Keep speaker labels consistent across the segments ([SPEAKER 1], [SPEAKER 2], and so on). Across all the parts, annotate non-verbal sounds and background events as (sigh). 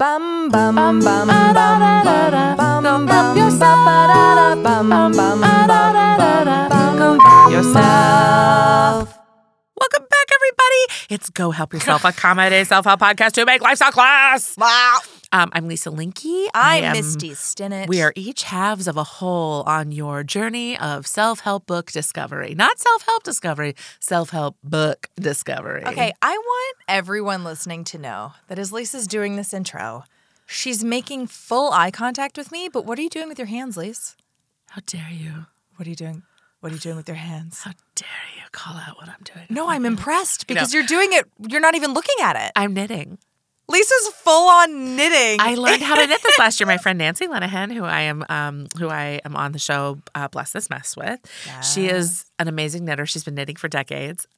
[SPEAKER 1] Bum bum bum bum bum bum bum bum yourself. Bum bum bum bum bum yourself.
[SPEAKER 2] Welcome back, everybody. It's Go Help Yourself, a comedy self help podcast to make lifestyle class.
[SPEAKER 1] Wow.
[SPEAKER 2] Um, I'm Lisa Linky. I
[SPEAKER 1] I'm
[SPEAKER 2] am-
[SPEAKER 1] Misty Stinnett.
[SPEAKER 2] We are each halves of a whole on your journey of self help book discovery. Not self help discovery, self help book discovery.
[SPEAKER 1] Okay, I want everyone listening to know that as Lisa's doing this intro, she's making full eye contact with me, but what are you doing with your hands, Lise?
[SPEAKER 2] How dare you?
[SPEAKER 1] What are you doing? What are you doing with your hands?
[SPEAKER 2] How dare you call out what I'm doing?
[SPEAKER 1] (gasps) No, I'm impressed because you're doing it. You're not even looking at it.
[SPEAKER 2] I'm knitting.
[SPEAKER 1] Lisa's full on knitting.
[SPEAKER 2] I learned how to knit this last year. My friend Nancy Lenihan, who I am, um, who I am on the show, uh, bless this mess with. She is an amazing knitter. She's been knitting for decades.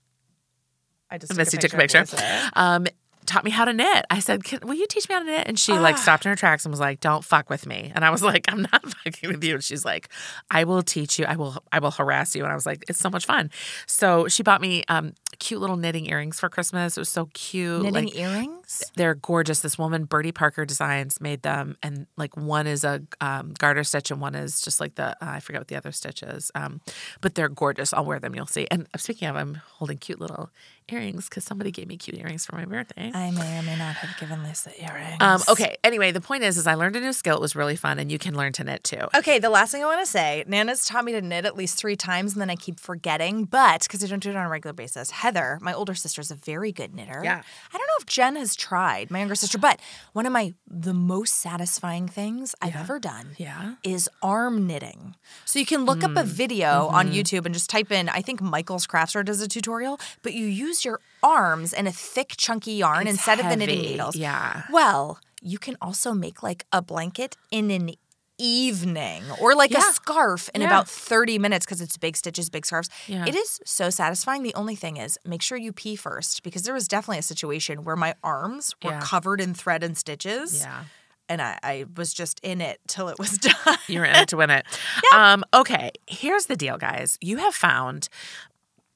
[SPEAKER 1] I just
[SPEAKER 2] Misty took a
[SPEAKER 1] of
[SPEAKER 2] picture.
[SPEAKER 1] Lisa.
[SPEAKER 2] Um, taught me how to knit. I said, Can, "Will you teach me how to knit?" And she like stopped in her tracks and was like, "Don't fuck with me." And I was (laughs) like, "I'm not fucking with you." And she's like, "I will teach you. I will. I will harass you." And I was like, "It's so much fun." So she bought me um, cute little knitting earrings for Christmas. It was so cute.
[SPEAKER 1] Knitting
[SPEAKER 2] like,
[SPEAKER 1] earrings?
[SPEAKER 2] they're gorgeous. This woman, Bertie Parker Designs, made them, and like one is a um, garter stitch and one is just like the uh, I forget what the other stitch is, um, but they're gorgeous. I'll wear them. You'll see. And uh, speaking of, I'm holding cute little earrings because somebody gave me cute earrings for my birthday.
[SPEAKER 1] I may or may not have given Lisa earrings.
[SPEAKER 2] Um, okay. Anyway, the point is, is I learned a new skill. It was really fun, and you can learn to knit too.
[SPEAKER 1] Okay, the last thing I want to say Nana's taught me to knit at least three times, and then I keep forgetting, but because I don't do it on a regular basis. Heather, my older sister, is a very good knitter.
[SPEAKER 2] Yeah.
[SPEAKER 1] I don't know if Jen has tried, my younger sister, but one of my the most satisfying things I've ever done
[SPEAKER 2] Yeah. Mm,
[SPEAKER 1] is arm knitting. So you can look up a video
[SPEAKER 2] mm-hmm.
[SPEAKER 1] on YouTube and just type in, I think Michael's Craftsware does a tutorial, but you use your arms and a thick, chunky yarn
[SPEAKER 2] It's
[SPEAKER 1] instead of the knitting
[SPEAKER 2] heavy,
[SPEAKER 1] needles.
[SPEAKER 2] yeah.
[SPEAKER 1] Well, you can also make like a blanket in an evening or like a
[SPEAKER 2] Yeah.
[SPEAKER 1] scarf in
[SPEAKER 2] Yeah.
[SPEAKER 1] about 30 minutes because it's big stitches, big scarves.
[SPEAKER 2] Yeah.
[SPEAKER 1] It is so satisfying. The only thing is, make sure you pee first because there was definitely a situation where my arms were
[SPEAKER 2] Yeah.
[SPEAKER 1] covered in thread and stitches.
[SPEAKER 2] Yeah.
[SPEAKER 1] And I, I was just in it till it was (laughs) done.
[SPEAKER 2] You're in it
[SPEAKER 1] (laughs)
[SPEAKER 2] to win it. Um, okay. Here's the deal, guys. You have found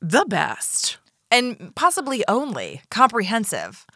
[SPEAKER 2] the best.
[SPEAKER 1] and possibly only comprehensive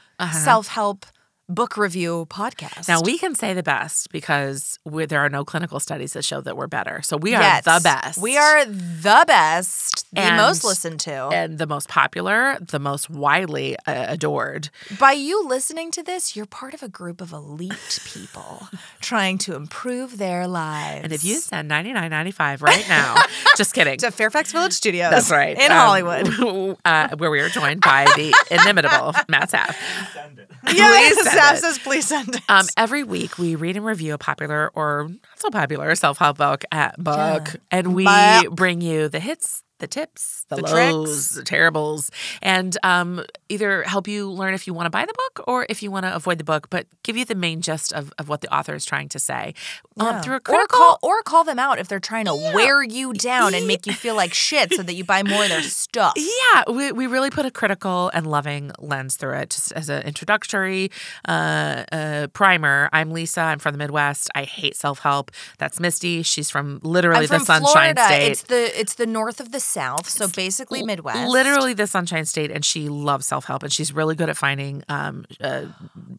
[SPEAKER 1] self help book review podcast.
[SPEAKER 2] Uh-huh. Now we can say the best because we there are no clinical studies that show that we're better. So we are
[SPEAKER 1] Yet,
[SPEAKER 2] the best.
[SPEAKER 1] We are the best, the
[SPEAKER 2] And-
[SPEAKER 1] most listened to.
[SPEAKER 2] and the most popular, the most widely uh, adored.
[SPEAKER 1] By you listening to this, you're part of a group of
[SPEAKER 2] (laughs)
[SPEAKER 1] elite people trying to improve their lives.
[SPEAKER 2] And if you (laughs) send ninety nine ninety five right now,
[SPEAKER 1] (laughs)
[SPEAKER 2] just kidding.
[SPEAKER 1] to Fairfax Village Studios,
[SPEAKER 2] That's right.
[SPEAKER 1] in
[SPEAKER 2] Um,
[SPEAKER 1] Hollywood.
[SPEAKER 2] (laughs) uh, where we are joined by the inimitable Matt Saff.
[SPEAKER 1] (laughs) Yes,
[SPEAKER 2] send
[SPEAKER 1] Sav
[SPEAKER 2] it.
[SPEAKER 1] says please send it.
[SPEAKER 2] Um, every week we read and review a popular or not so popular self help book, uh, book and we
[SPEAKER 1] Book.
[SPEAKER 2] bring you the hits, the tips, the,
[SPEAKER 1] The
[SPEAKER 2] lows,
[SPEAKER 1] tricks.
[SPEAKER 2] the terribles, and um, either help you learn if you want to buy the book or if you want to avoid the book, but give you the main gist of, of what the author is trying to say um,
[SPEAKER 1] Yeah.
[SPEAKER 2] through a
[SPEAKER 1] or
[SPEAKER 2] critical.
[SPEAKER 1] call or call them out if they're trying to wear you down and
[SPEAKER 2] (laughs)
[SPEAKER 1] make you feel like shit, so that you buy more of their stuff.
[SPEAKER 2] Yeah, we, we really put a critical and loving lens through it, just as an introductory uh, uh, primer. I'm Lisa. I'm from the Midwest. I hate self help. That's Misty. She's from literally
[SPEAKER 1] I'm from
[SPEAKER 2] the Sunshine
[SPEAKER 1] Florida.
[SPEAKER 2] State.
[SPEAKER 1] It's the it's the north of the South, so basically Midwest. Oh,
[SPEAKER 2] Literally the Sunshine State, and she loves self help, and she's really good at finding um, uh,
[SPEAKER 1] I Oh,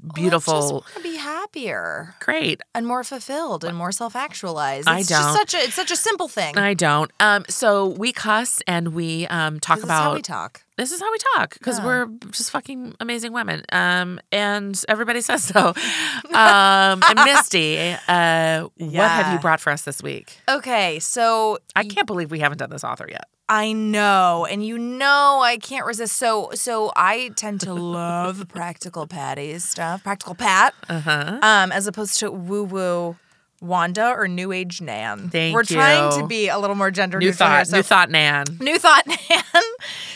[SPEAKER 1] just
[SPEAKER 2] beautiful.
[SPEAKER 1] want to be happier.
[SPEAKER 2] Great.
[SPEAKER 1] and more fulfilled and more self-actualized. It's
[SPEAKER 2] I
[SPEAKER 1] just
[SPEAKER 2] don't.
[SPEAKER 1] such a it's such a simple thing.
[SPEAKER 2] I don't. Um, so we cuss and we um, talk
[SPEAKER 1] this is
[SPEAKER 2] about
[SPEAKER 1] how we talk.
[SPEAKER 2] this is how we talk because we're just fucking amazing women. Um, and everybody (laughs) says so. Um, and Misty, uh, what have
[SPEAKER 1] Yeah.
[SPEAKER 2] you brought for us this week?
[SPEAKER 1] Okay, so
[SPEAKER 2] I can't believe we haven't done this author yet.
[SPEAKER 1] I know, and you know, I can't resist. So, so I tend to love
[SPEAKER 2] (laughs)
[SPEAKER 1] practical Patty's stuff, practical Pat, uh-huh. um, as opposed to woo woo. Wanda or New Age Nan?
[SPEAKER 2] Thank
[SPEAKER 1] We're trying
[SPEAKER 2] you.
[SPEAKER 1] to be a little more gender
[SPEAKER 2] New
[SPEAKER 1] neutral. here,
[SPEAKER 2] thought,
[SPEAKER 1] so-
[SPEAKER 2] new thought, Nan.
[SPEAKER 1] New Thought (laughs) Nan.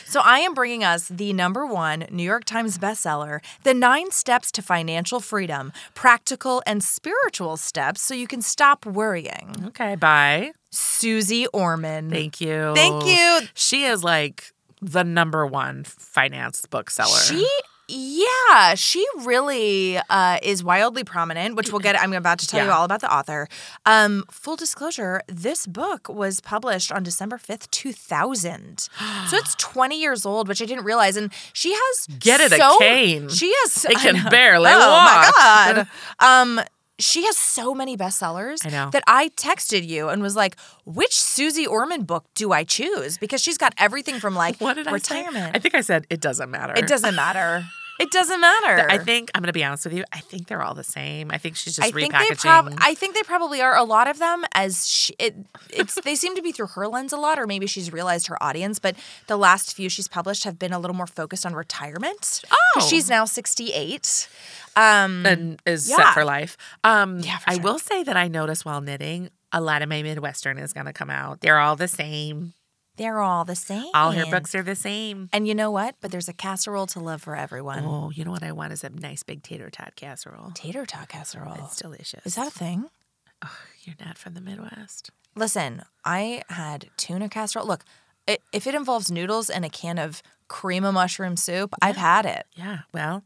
[SPEAKER 1] So I am bringing us the number one New York Times bestseller, The Nine Steps to Financial Freedom Practical and Spiritual Steps So You Can Stop Worrying.
[SPEAKER 2] Okay, bye.
[SPEAKER 1] Susie Orman.
[SPEAKER 2] Mm-hmm. Thank you.
[SPEAKER 1] Thank you.
[SPEAKER 2] She is like the number one finance bookseller.
[SPEAKER 1] She yeah, she really uh, is wildly prominent, which we'll get. I'm about to tell you
[SPEAKER 2] Yeah.
[SPEAKER 1] all about the author. Um, full disclosure: this book was published on December 5th,
[SPEAKER 2] (gasps)
[SPEAKER 1] 2000, so it's 20 years old, which I didn't realize. And she has
[SPEAKER 2] Get it a
[SPEAKER 1] so-
[SPEAKER 2] cane.
[SPEAKER 1] She has.
[SPEAKER 2] It
[SPEAKER 1] I
[SPEAKER 2] can
[SPEAKER 1] know.
[SPEAKER 2] barely
[SPEAKER 1] Oh
[SPEAKER 2] walk.
[SPEAKER 1] my god. um, she has so many bestsellers
[SPEAKER 2] I know.
[SPEAKER 1] that I texted you and was like, "Which Susie Orman book do I choose?" Because she's got everything from like
[SPEAKER 2] (laughs) What did
[SPEAKER 1] retirement.
[SPEAKER 2] I say? I think I said it doesn't matter.
[SPEAKER 1] It doesn't
[SPEAKER 2] (laughs)
[SPEAKER 1] matter. It doesn't matter.
[SPEAKER 2] I think I'm gonna be honest with you. I think they're all the same. I think she's just
[SPEAKER 1] I think they
[SPEAKER 2] repackaging.
[SPEAKER 1] prob- I think they probably are. A lot of them, as she, it, it's they seem to be through her lens a lot, or maybe she's realized her audience. But the last few she's published have been a little more focused on retirement.
[SPEAKER 2] Oh.
[SPEAKER 1] she's now sixty eight. Um,
[SPEAKER 2] and is
[SPEAKER 1] Yeah.
[SPEAKER 2] set for life. Um,
[SPEAKER 1] Yeah, for
[SPEAKER 2] I
[SPEAKER 1] sure.
[SPEAKER 2] will say that I noticed while knitting, a lot of my Midwestern is going to come out. They're all the same.
[SPEAKER 1] they're all the same.
[SPEAKER 2] All her books are the same.
[SPEAKER 1] And you know what? But there's a casserole to love for everyone.
[SPEAKER 2] Oh, you know what I want is a nice big tater tot casserole.
[SPEAKER 1] Tater tot casserole.
[SPEAKER 2] It's delicious.
[SPEAKER 1] Is that a thing?
[SPEAKER 2] You're not from the Midwest.
[SPEAKER 1] Listen, I had tuna casserole. Look, i if it involves noodles and a can of cream of mushroom soup, I've had it.
[SPEAKER 2] Yeah. Well,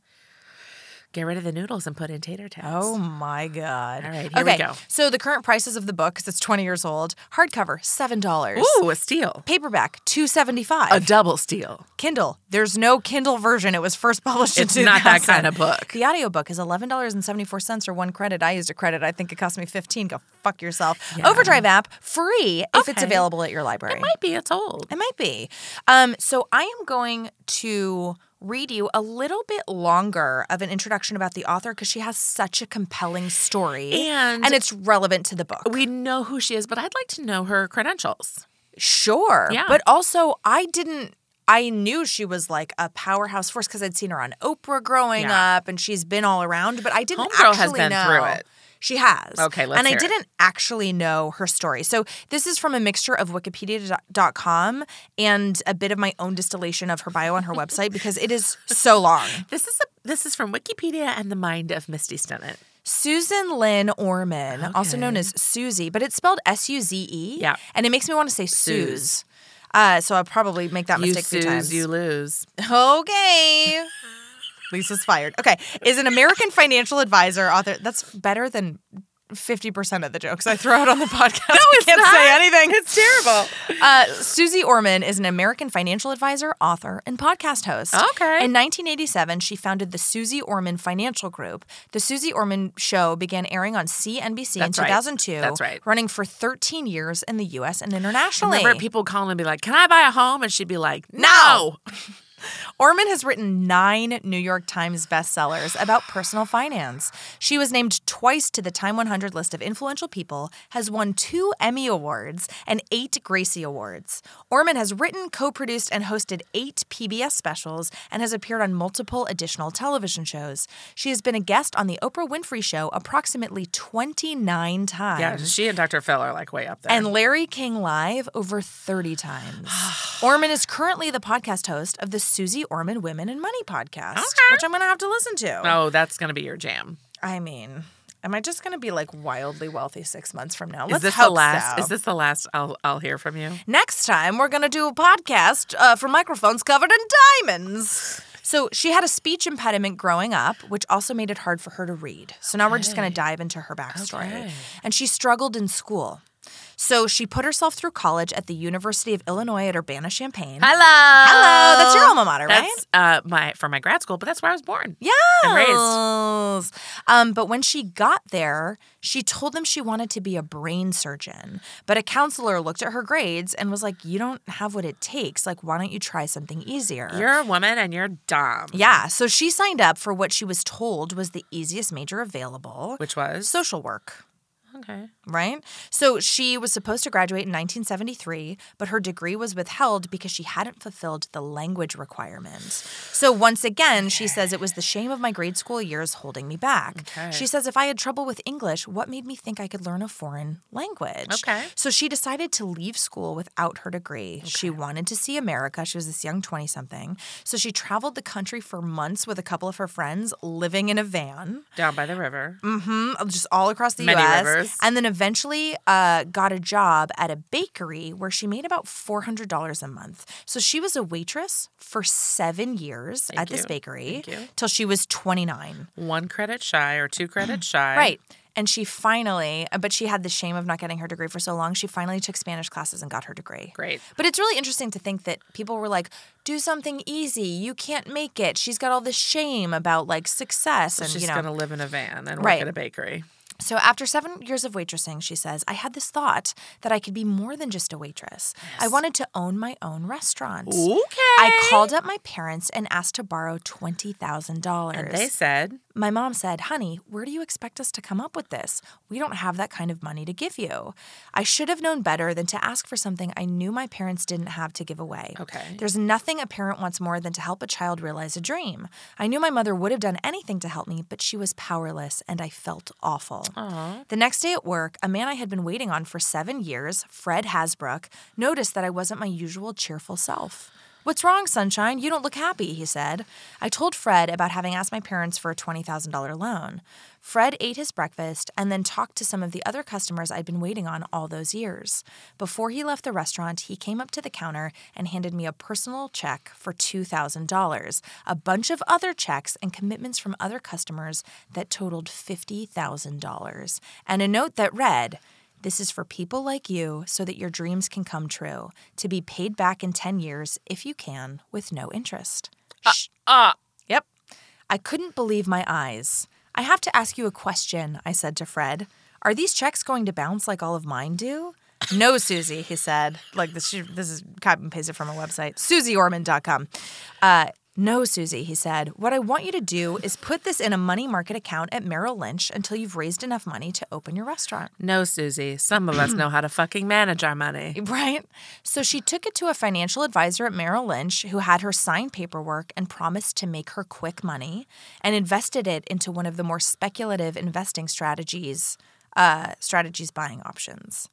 [SPEAKER 2] get rid of the noodles and put in tater tots.
[SPEAKER 1] Oh my god!
[SPEAKER 2] All right, here we
[SPEAKER 1] okay,
[SPEAKER 2] go.
[SPEAKER 1] So the current prices of the book, because it's twenty years old, hardcover seven dollars,
[SPEAKER 2] Ooh, a steal.
[SPEAKER 1] paperback two seventy five,
[SPEAKER 2] Oh, A double (laughs) steal.
[SPEAKER 1] Kindle. There's no Kindle version. It was first (laughs) published
[SPEAKER 2] It's
[SPEAKER 1] in
[SPEAKER 2] not that
[SPEAKER 1] 2000.
[SPEAKER 2] kind of book.
[SPEAKER 1] The audiobook is $11.74 or one credit. I used a credit. I think it cost me 15. Go fuck yourself. Overdrive app, free if it's
[SPEAKER 2] Okay.
[SPEAKER 1] available at your library.
[SPEAKER 2] Might be. It's old.
[SPEAKER 1] It might be. Um, so I am going to read you a little bit longer of an introduction about the author because she has such a compelling story
[SPEAKER 2] And-
[SPEAKER 1] it's relevant to the book.
[SPEAKER 2] We know who she is, but I'd like to know her credentials.
[SPEAKER 1] sure.
[SPEAKER 2] Yeah.
[SPEAKER 1] But also, I didn't. I knew she was like a powerhouse force because I'd seen her on Oprah growing
[SPEAKER 2] Yeah.
[SPEAKER 1] up, and she's been all around. But I didn't
[SPEAKER 2] Homegirl has
[SPEAKER 1] actually
[SPEAKER 2] been
[SPEAKER 1] know.
[SPEAKER 2] through it.
[SPEAKER 1] She has.
[SPEAKER 2] Okay, let's
[SPEAKER 1] And
[SPEAKER 2] hear
[SPEAKER 1] I
[SPEAKER 2] it.
[SPEAKER 1] didn't actually know her story. So this is from a mixture of wikipedia.com and a bit of my own distillation of her bio on her website because it
[SPEAKER 2] (laughs)
[SPEAKER 1] is so long.
[SPEAKER 2] This is a, this is from Wikipedia and the mind of Misty Stennett.
[SPEAKER 1] Susan Lynn Orman, also known
[SPEAKER 2] Okay.
[SPEAKER 1] as Susie, but it's spelled S U Z E.
[SPEAKER 2] Yeah.
[SPEAKER 1] And it makes me want to say Suze.
[SPEAKER 2] Suze.
[SPEAKER 1] Uh, so I'll probably make that
[SPEAKER 2] You
[SPEAKER 1] mistake three
[SPEAKER 2] snooze,
[SPEAKER 1] times.
[SPEAKER 2] you (laughs) lose.
[SPEAKER 1] Okay. Lisa's fired. Okay. Is an American financial advisor, author. That's better than 50% of the jokes I throw out on the podcast. No, I can't say anything.
[SPEAKER 2] It's terrible.
[SPEAKER 1] Uh, Susie Orman is an American financial advisor, author, and podcast host.
[SPEAKER 2] Okay.
[SPEAKER 1] In 1987, she founded the Susie Orman Financial Group. The Susie Orman Show began airing on CNBC
[SPEAKER 2] That's
[SPEAKER 1] in
[SPEAKER 2] right.
[SPEAKER 1] 2002.
[SPEAKER 2] That's right.
[SPEAKER 1] Running for 13 years in the U.S. and internationally.
[SPEAKER 2] Remember people calling and be like, "Can I buy a home?" And she'd be like, "No."
[SPEAKER 1] Orman has written nine New York Times bestsellers about personal finance. She was named twice to the Time 100 list of influential people, has won two Emmy Awards and eight Gracie Awards. Orman has written, co produced, and hosted eight PBS specials and has appeared on multiple additional television shows. She has been a guest on The Oprah Winfrey Show approximately 29 times.
[SPEAKER 2] Yeah, she and Dr. Phil are like way up there.
[SPEAKER 1] And Larry King Live over 30
[SPEAKER 2] (sighs)
[SPEAKER 1] times. Orman is currently the podcast host of the Susie Orman Women and Money podcast, which I'm going to have to listen to.
[SPEAKER 2] oh, that's gonna be your jam.
[SPEAKER 1] I mean, am I just going to be like wildly wealthy six months from now?
[SPEAKER 2] Is
[SPEAKER 1] Let's
[SPEAKER 2] this
[SPEAKER 1] hope
[SPEAKER 2] the last?
[SPEAKER 1] so.
[SPEAKER 2] Is this the last I'll I'll hear from you?
[SPEAKER 1] Next time, we're going to do a podcast uh, for microphones covered in diamonds. So she had a speech impediment growing up, which also made it hard for her to read. So now we're just going to dive into her backstory.
[SPEAKER 2] Okay.
[SPEAKER 1] And she struggled in school. So she put herself through college at the University of Illinois at Urbana-Champaign.
[SPEAKER 2] Hello,
[SPEAKER 1] Hello, that's your alma mater, right?
[SPEAKER 2] That's uh, my for my grad school, but that's where I was born.
[SPEAKER 1] Yes.
[SPEAKER 2] and raised.
[SPEAKER 1] Um, but when she got there, she told them she wanted to be a brain surgeon. But a counselor looked at her grades and was like, You don't have what it takes. Like, why don't you try something easier?
[SPEAKER 2] You're a woman and you're dumb.
[SPEAKER 1] yeah. So she signed up for what she was told was the easiest major available
[SPEAKER 2] Which was
[SPEAKER 1] social work.
[SPEAKER 2] okay.
[SPEAKER 1] right? So she was supposed to graduate in 1973, but her degree was withheld because she hadn't fulfilled the language requirement. So once again, she says it was the shame of my grade school years holding me back.
[SPEAKER 2] Okay.
[SPEAKER 1] She says if I had trouble with English, what made me think I could learn a foreign language?
[SPEAKER 2] Okay.
[SPEAKER 1] So she decided to leave school without her degree. She wanted to see America. She was this young 20 something. So she traveled the country for months with a couple of her friends living in a van
[SPEAKER 2] Down by the river.
[SPEAKER 1] hmm just all across the
[SPEAKER 2] Many
[SPEAKER 1] U.S.
[SPEAKER 2] Yes.
[SPEAKER 1] And then eventually uh, got a job at a bakery where she made about $400 a month. So she was a waitress for seven years at this
[SPEAKER 2] you.
[SPEAKER 1] bakery
[SPEAKER 2] Thank you.
[SPEAKER 1] till she was 29.
[SPEAKER 2] One credit shy or two (clears throat) credits shy.
[SPEAKER 1] Right. And she finally, but she had the shame of not getting her degree for so long. She finally took Spanish classes and got her degree.
[SPEAKER 2] Great.
[SPEAKER 1] But it's really interesting to think that people were like, do something easy. You can't make it. She's got all this shame about like success and,
[SPEAKER 2] She's
[SPEAKER 1] you know.
[SPEAKER 2] gonna live in a van and work
[SPEAKER 1] Right.
[SPEAKER 2] at a bakery.
[SPEAKER 1] So after seven years of waitressing, she says, I had this thought that I could be more than just a waitress. I wanted to own my own restaurant.
[SPEAKER 2] Okay.
[SPEAKER 1] I called up my parents and asked to borrow $20,000.
[SPEAKER 2] And they said,
[SPEAKER 1] My mom said, Honey, where do you expect us to come up with this? We don't have that kind of money to give you. I should have known better than to ask for something I knew my parents didn't have to give away.
[SPEAKER 2] Okay.
[SPEAKER 1] There's nothing a parent wants more than to help a child realize a dream. I knew my mother would have done anything to help me, but she was powerless and I felt awful. The next day at work, a man I had been waiting on for seven years, Fred Hasbrook, noticed that I wasn't my usual cheerful self. What's wrong, sunshine? You don't look happy, he said. I told Fred about having asked my parents for a $20,000 loan. Fred ate his breakfast and then talked to some of the other customers I'd been waiting on all those years. Before he left the restaurant, he came up to the counter and handed me a personal check for $2,000, a bunch of other checks and commitments from other customers that totaled $50,000, and a note that read, this is for people like you so that your dreams can come true, to be paid back in 10 years if you can, with no interest. Shh. Yep. I couldn't believe my eyes. I have to ask you a question, I said to Fred. Are these checks going to bounce like all of mine do? No, Susie, he said. Like this, she, this is copy and pasted from a website, susieorman.com. Uh, no, Susie, he said. What I want you to do is put this in a money market account at Merrill Lynch until you've raised enough money to open your restaurant.
[SPEAKER 2] No, Susie,
[SPEAKER 1] (clears throat)
[SPEAKER 2] some of us know how to fucking manage our money.
[SPEAKER 1] Right? So she took it to a financial advisor at Merrill Lynch who had her sign paperwork and promised to make her quick money and invested it into one of the more speculative investing strategies, uh, strategies buying options.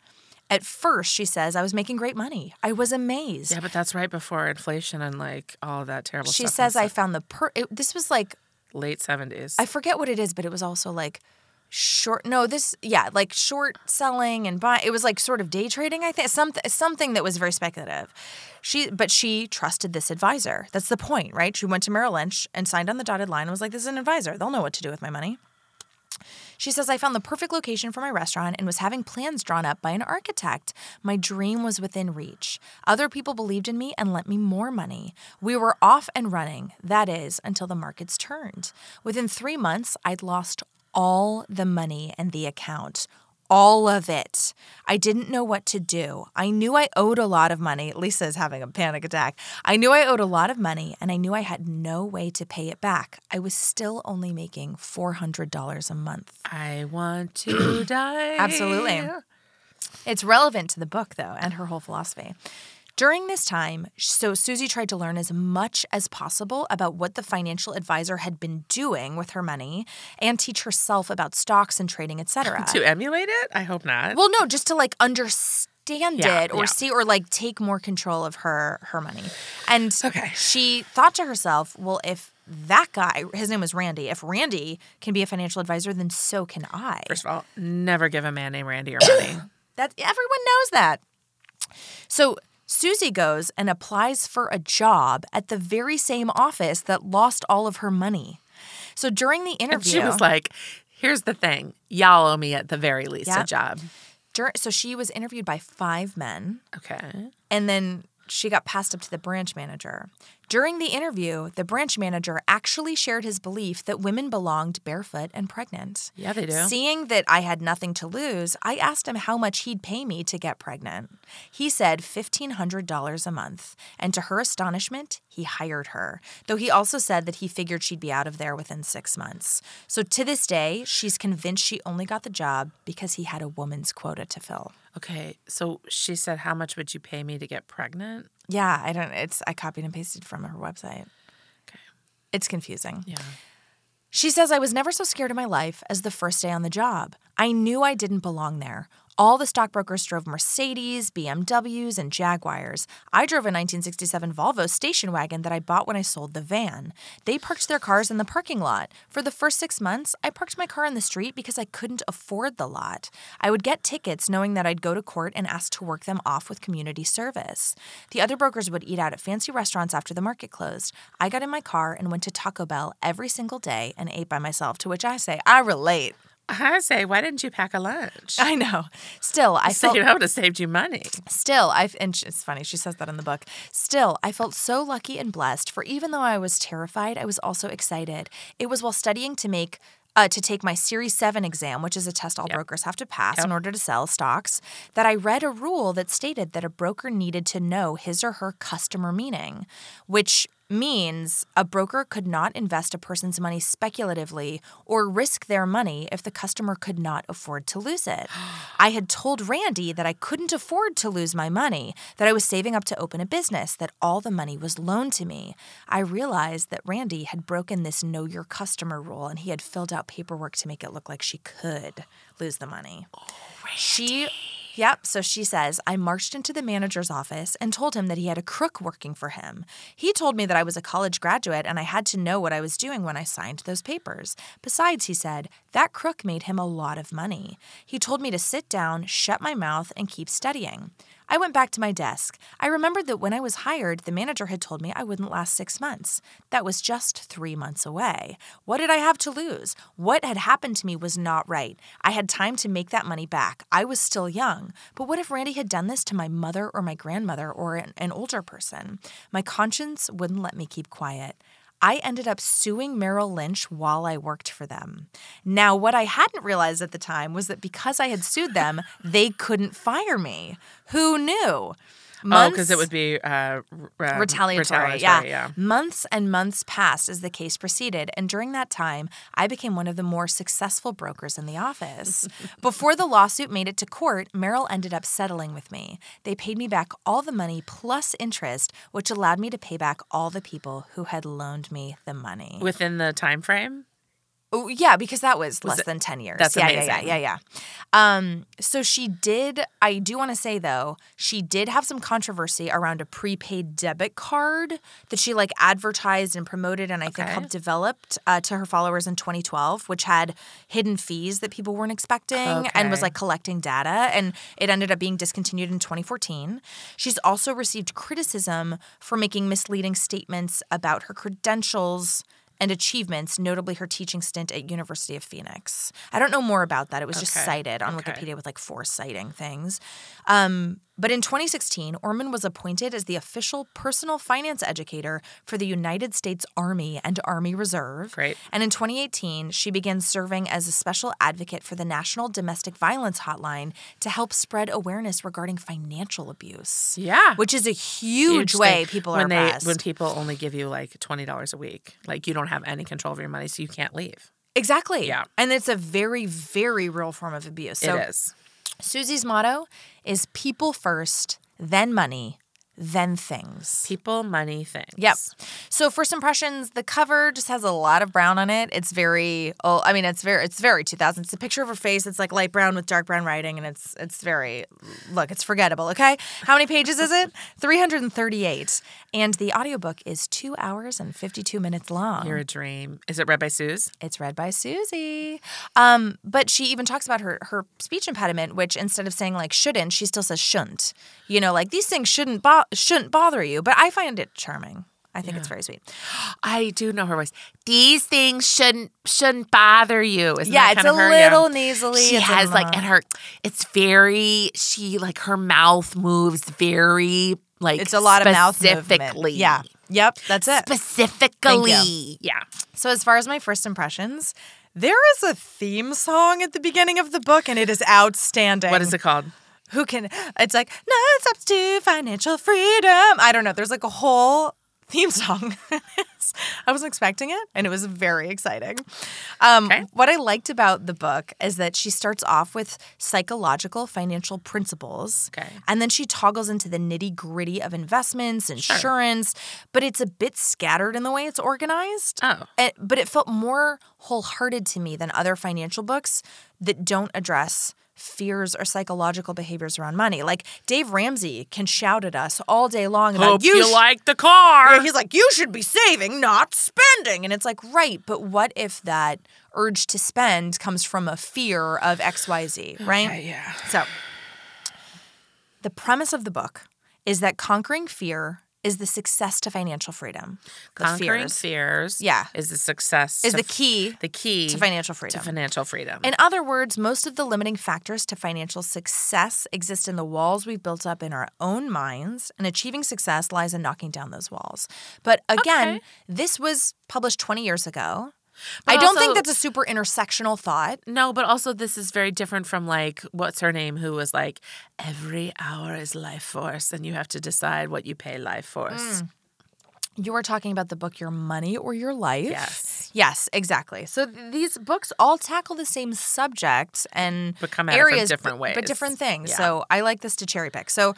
[SPEAKER 1] At first, she says, I was making great money. I was amazed.
[SPEAKER 2] Yeah, but that's right before inflation and like all that terrible
[SPEAKER 1] she
[SPEAKER 2] stuff. in
[SPEAKER 1] says, I found the per. It, this was like,
[SPEAKER 2] the late 70s.
[SPEAKER 1] I forget what it is, but it was also like, Short no this yeah like short selling and buy it was like sort of day trading I think something something that was very speculative, she but she trusted this advisor that's the point right she went to Merrill Lynch and signed on the dotted line and was like this is an advisor they'll know what to do with my money she says, I found the perfect location for my restaurant and was having plans drawn up by an architect. My dream was within reach. Other people believed in me and lent me more money. We were off and running, that is, until the markets turned. Within three months, I'd lost all the money in the account. All of it. I didn't know what to do. I knew I owed a lot of money. Lisa is having a panic attack. I knew I owed a lot of money and I knew I had no way to pay it back. I was still only making $400 a month.
[SPEAKER 2] I want to
[SPEAKER 1] (clears throat)
[SPEAKER 2] die.
[SPEAKER 1] Absolutely. It's relevant to the book, though, and her whole philosophy. During this time, so Susie tried to learn as much as possible about what the financial advisor had been doing with her money and teach herself about stocks and trading,
[SPEAKER 2] (laughs)
[SPEAKER 1] etc.
[SPEAKER 2] To emulate it? I hope not.
[SPEAKER 1] well, no, just to like understand
[SPEAKER 2] Yeah,
[SPEAKER 1] it or
[SPEAKER 2] yeah.
[SPEAKER 1] see or like take more control of her her money. And
[SPEAKER 2] Okay.
[SPEAKER 1] she thought to herself, well, if that guy, his name was Randy, if Randy can be a financial advisor, then so can I.
[SPEAKER 2] First of all, never give a man
[SPEAKER 1] (clears throat)
[SPEAKER 2] named Randy your money.
[SPEAKER 1] That everyone knows that. So Susie goes and applies for a job at the very same office that lost all of her money. So during the interview,
[SPEAKER 2] And she was like, here's the thing. Y'all owe me at the very least a
[SPEAKER 1] Yep.
[SPEAKER 2] job.
[SPEAKER 1] dur- so she was interviewed by five men,
[SPEAKER 2] Okay.
[SPEAKER 1] and then she got passed up to the branch manager. During the interview, the branch manager actually shared his belief that women belonged barefoot and pregnant.
[SPEAKER 2] Yeah, they do.
[SPEAKER 1] Seeing that I had nothing to lose, I asked him how much he'd pay me to get pregnant. He said $1,500 a month. And to her astonishment, he hired her, though he also said that he figured she'd be out of there within six months. So to this day, she's convinced she only got the job because he had a woman's quota to fill.
[SPEAKER 2] Okay. So she said, How much would you pay me to get pregnant?
[SPEAKER 1] Yeah, I don't, it's, I copied and pasted from her website. It's confusing.
[SPEAKER 2] Yeah.
[SPEAKER 1] She says, I was never so scared in my life as the first day on the job. I knew I didn't belong there. All the stockbrokers drove Mercedes, BMWs, and Jaguars. I drove a 1967 Volvo station wagon that I bought when I sold the van. They parked their cars in the parking lot. For the first six months, I parked my car in the street because I couldn't afford the lot. I would get tickets knowing that I'd go to court and ask to work them off with community service. The other brokers would eat out at fancy restaurants after the market closed. I got in my car and went to Taco Bell every single day and ate by myself, to which I say, I relate. (laughs)
[SPEAKER 2] I say, why didn't you pack a lunch?
[SPEAKER 1] I know. Still, I
[SPEAKER 2] (laughs) So
[SPEAKER 1] felt
[SPEAKER 2] you would have saved you money.
[SPEAKER 1] Still, I and sh- it's funny she says that in the book. Still, I felt so lucky and blessed. For even though I was terrified, I was also excited. It was while studying to make. Uh, to take my Series 7 exam, which is a test all brokers have to pass in order to sell stocks, that I read a rule that stated that a broker needed to know his or her customer meaning, which means a broker could not invest a person's money speculatively or risk their money if the customer could not afford to lose it. I had told Randy that I couldn't afford to lose my money, that I was saving up to open a business, that all the money was loaned to me. I realized that Randy had broken this know your customer rule and he had filled out paperwork to make it look like she could lose the money. She, yep. So she says, I marched into the manager's office and told him that he had a crook working for him. He told me that I was a college graduate and I had to know what I was doing when I signed those papers. Besides, he said, that crook made him a lot of money. He told me to sit down, shut my mouth, and keep studying. I went back to my desk. I remembered that when I was hired, the manager had told me I wouldn't last six months. That was just three months away. What did I have to lose? What had happened to me was not right. I had time to make that money back. I was still young. But what if Randy had done this to my mother or my grandmother or an, an older person? My conscience wouldn't let me keep quiet. I ended up suing Merrill Lynch while I worked for them. Now, what I hadn't realized at the time was that because I had sued them, they couldn't fire me. Who knew?
[SPEAKER 2] Oh, because it
[SPEAKER 1] Months-
[SPEAKER 2] would be uh, r- um,
[SPEAKER 1] retaliatory. yeah.
[SPEAKER 2] retaliatory, yeah.
[SPEAKER 1] Months and months passed as the case proceeded, and during that time, I became one of the more successful brokers in the
[SPEAKER 2] (laughs)
[SPEAKER 1] office. Before the lawsuit made it to court, Merrill ended up settling with me. They paid me back all the money plus interest, which allowed me to pay back all the people who had loaned me the money.
[SPEAKER 2] Within the time frame.
[SPEAKER 1] Oh, yeah, because that was, less
[SPEAKER 2] it-
[SPEAKER 1] than 10 years.
[SPEAKER 2] that's
[SPEAKER 1] yeah, yeah,
[SPEAKER 2] amazing.
[SPEAKER 1] yeah, yeah, yeah. Um, so she did, I do want to say though, she did have some controversy around a prepaid debit card that she like advertised and promoted and I think
[SPEAKER 2] Okay.
[SPEAKER 1] helped developed uh, to her followers in 2012, which had hidden fees that people weren't expecting and was
[SPEAKER 2] Okay.
[SPEAKER 1] like collecting data. And it ended up being discontinued in 2014. She's also received criticism for making misleading statements about her credentials and achievements, notably her teaching stint at University of Phoenix. I don't know more about that. It was just
[SPEAKER 2] Okay.
[SPEAKER 1] cited on
[SPEAKER 2] Okay.
[SPEAKER 1] Wikipedia with like four citing things. Um, but in 2016, Orman was appointed as the official personal finance educator for the United States Army and Army Reserve.
[SPEAKER 2] Great.
[SPEAKER 1] And in 2018, she began serving as a special advocate for the National Domestic Violence Hotline to help spread awareness regarding financial abuse.
[SPEAKER 2] Yeah.
[SPEAKER 1] Which is a huge,
[SPEAKER 2] huge
[SPEAKER 1] way
[SPEAKER 2] thing
[SPEAKER 1] people
[SPEAKER 2] when
[SPEAKER 1] are
[SPEAKER 2] they
[SPEAKER 1] oppressed.
[SPEAKER 2] when people only give you like twenty dollars a week, like you don't have any control of your money, so you can't leave.
[SPEAKER 1] Exactly.
[SPEAKER 2] Yeah.
[SPEAKER 1] And it's a very, very real form of abuse. So
[SPEAKER 2] it is.
[SPEAKER 1] Susie's motto is people first, then money, then things.
[SPEAKER 2] People, money, things.
[SPEAKER 1] Yep. So first impressions, the cover just has a lot of brown on it. It's very oh, I mean it's very it's very 2000s. It's a picture of her face. It's like light brown with dark brown writing and it's it's very look, it's forgettable, okay? How many pages is it? (laughs) 338. And the audiobook is 2 hours and 52 minutes long.
[SPEAKER 2] You're a dream. Is it read by Suze?
[SPEAKER 1] It's read by Susie. Um, but she even talks about her her speech impediment, which instead of saying like shouldn't, she still says shouldn't. You know, like these things shouldn't bo- shouldn't bother you. But I find it charming. I think it's very sweet.
[SPEAKER 2] I do know her voice. These things shouldn't shouldn't bother you. Isn't
[SPEAKER 1] Yeah,
[SPEAKER 2] that
[SPEAKER 1] it's
[SPEAKER 2] kind
[SPEAKER 1] a
[SPEAKER 2] of her? Yeah.
[SPEAKER 1] little nasally.
[SPEAKER 2] She
[SPEAKER 1] it's a
[SPEAKER 2] has like,
[SPEAKER 1] little-
[SPEAKER 2] and her, it's very. She like her mouth moves very like.
[SPEAKER 1] it's a lot of mouth movement.
[SPEAKER 2] specifically.
[SPEAKER 1] Yeah. Yep. That's it.
[SPEAKER 2] specifically. Yeah.
[SPEAKER 1] So as far as my first impressions, there is a theme song at the beginning of the book, and it is outstanding.
[SPEAKER 2] What is it called?
[SPEAKER 1] who can it's like no substitute financial freedom i don't know there's like a whole theme song (laughs) was I wasn't expecting it, and it was very exciting. Um,
[SPEAKER 2] Okay.
[SPEAKER 1] What I liked about the book is that she starts off with psychological financial principles,
[SPEAKER 2] Okay.
[SPEAKER 1] and then she toggles into the nitty gritty of investments, insurance, but it's a bit scattered in the way it's organized.
[SPEAKER 2] Oh.
[SPEAKER 1] It- but it felt more wholehearted to me than other financial books that don't address fears or psychological behaviors around money. Like Dave Ramsey can shout at us all day long about
[SPEAKER 2] Hope you,
[SPEAKER 1] sh-
[SPEAKER 2] like the car.
[SPEAKER 1] He's like, you should be saving, not spending. And it's like, right, but what if that urge to spend comes from a fear of XYZ, right?
[SPEAKER 2] yeah.
[SPEAKER 1] So, the premise of the book is that conquering fear is the success to financial freedom. The
[SPEAKER 2] Conquering
[SPEAKER 1] fears
[SPEAKER 2] fears,
[SPEAKER 1] Yeah.
[SPEAKER 2] is the success
[SPEAKER 1] is
[SPEAKER 2] to
[SPEAKER 1] the
[SPEAKER 2] f-
[SPEAKER 1] key
[SPEAKER 2] the key
[SPEAKER 1] to financial freedom.
[SPEAKER 2] to financial freedom.
[SPEAKER 1] In other words, most of the limiting factors to financial success exist in the walls we've built up in our own minds, and achieving success lies in knocking down those walls. But again,
[SPEAKER 2] Okay.
[SPEAKER 1] this was published 20 years ago.
[SPEAKER 2] But
[SPEAKER 1] I don't think
[SPEAKER 2] also-
[SPEAKER 1] that's a super intersectional thought.
[SPEAKER 2] No, but also this is very different from like what's her name who was like every hour is life force and you have to decide what you pay life force.
[SPEAKER 1] You are talking about the book Your Money or Your Life.
[SPEAKER 2] Yes.
[SPEAKER 1] Yes, exactly. So th- these books all tackle the same subject and
[SPEAKER 2] But come at it from
[SPEAKER 1] areas,
[SPEAKER 2] different
[SPEAKER 1] but- but
[SPEAKER 2] ways.
[SPEAKER 1] different things.
[SPEAKER 2] Yeah.
[SPEAKER 1] So I like this to cherry pick. So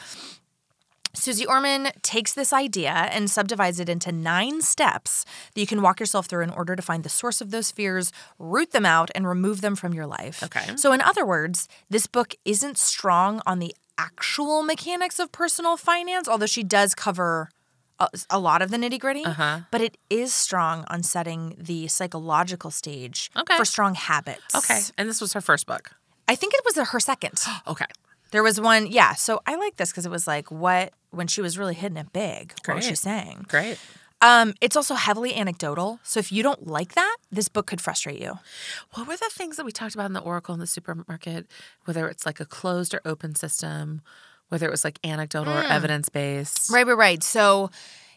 [SPEAKER 1] Susie Orman takes this idea and subdivides it into nine steps that you can walk yourself through in order to find the source of those fears, root them out, and remove them from your life.
[SPEAKER 2] Okay.
[SPEAKER 1] So, in other words, this book isn't strong on the actual mechanics of personal finance, although she does cover a, a lot of the nitty gritty,
[SPEAKER 2] Uh-huh.
[SPEAKER 1] but it is strong on setting the psychological stage
[SPEAKER 2] Okay.
[SPEAKER 1] for strong habits.
[SPEAKER 2] Okay. And this was her first book.
[SPEAKER 1] I think it was her
[SPEAKER 2] (gasps)
[SPEAKER 1] second.
[SPEAKER 2] Okay.
[SPEAKER 1] There was one, yeah. So I like this because it was like what when she was really hitting it big. What was she
[SPEAKER 2] Great.
[SPEAKER 1] saying?
[SPEAKER 2] Great.
[SPEAKER 1] Um, it's also heavily anecdotal. So if you don't like that, this book could frustrate you.
[SPEAKER 2] What were the things that we talked about in the Oracle in the supermarket? Whether it's like a closed or open system, whether it was like anecdotal or evidence based.
[SPEAKER 1] Right, right, right. So,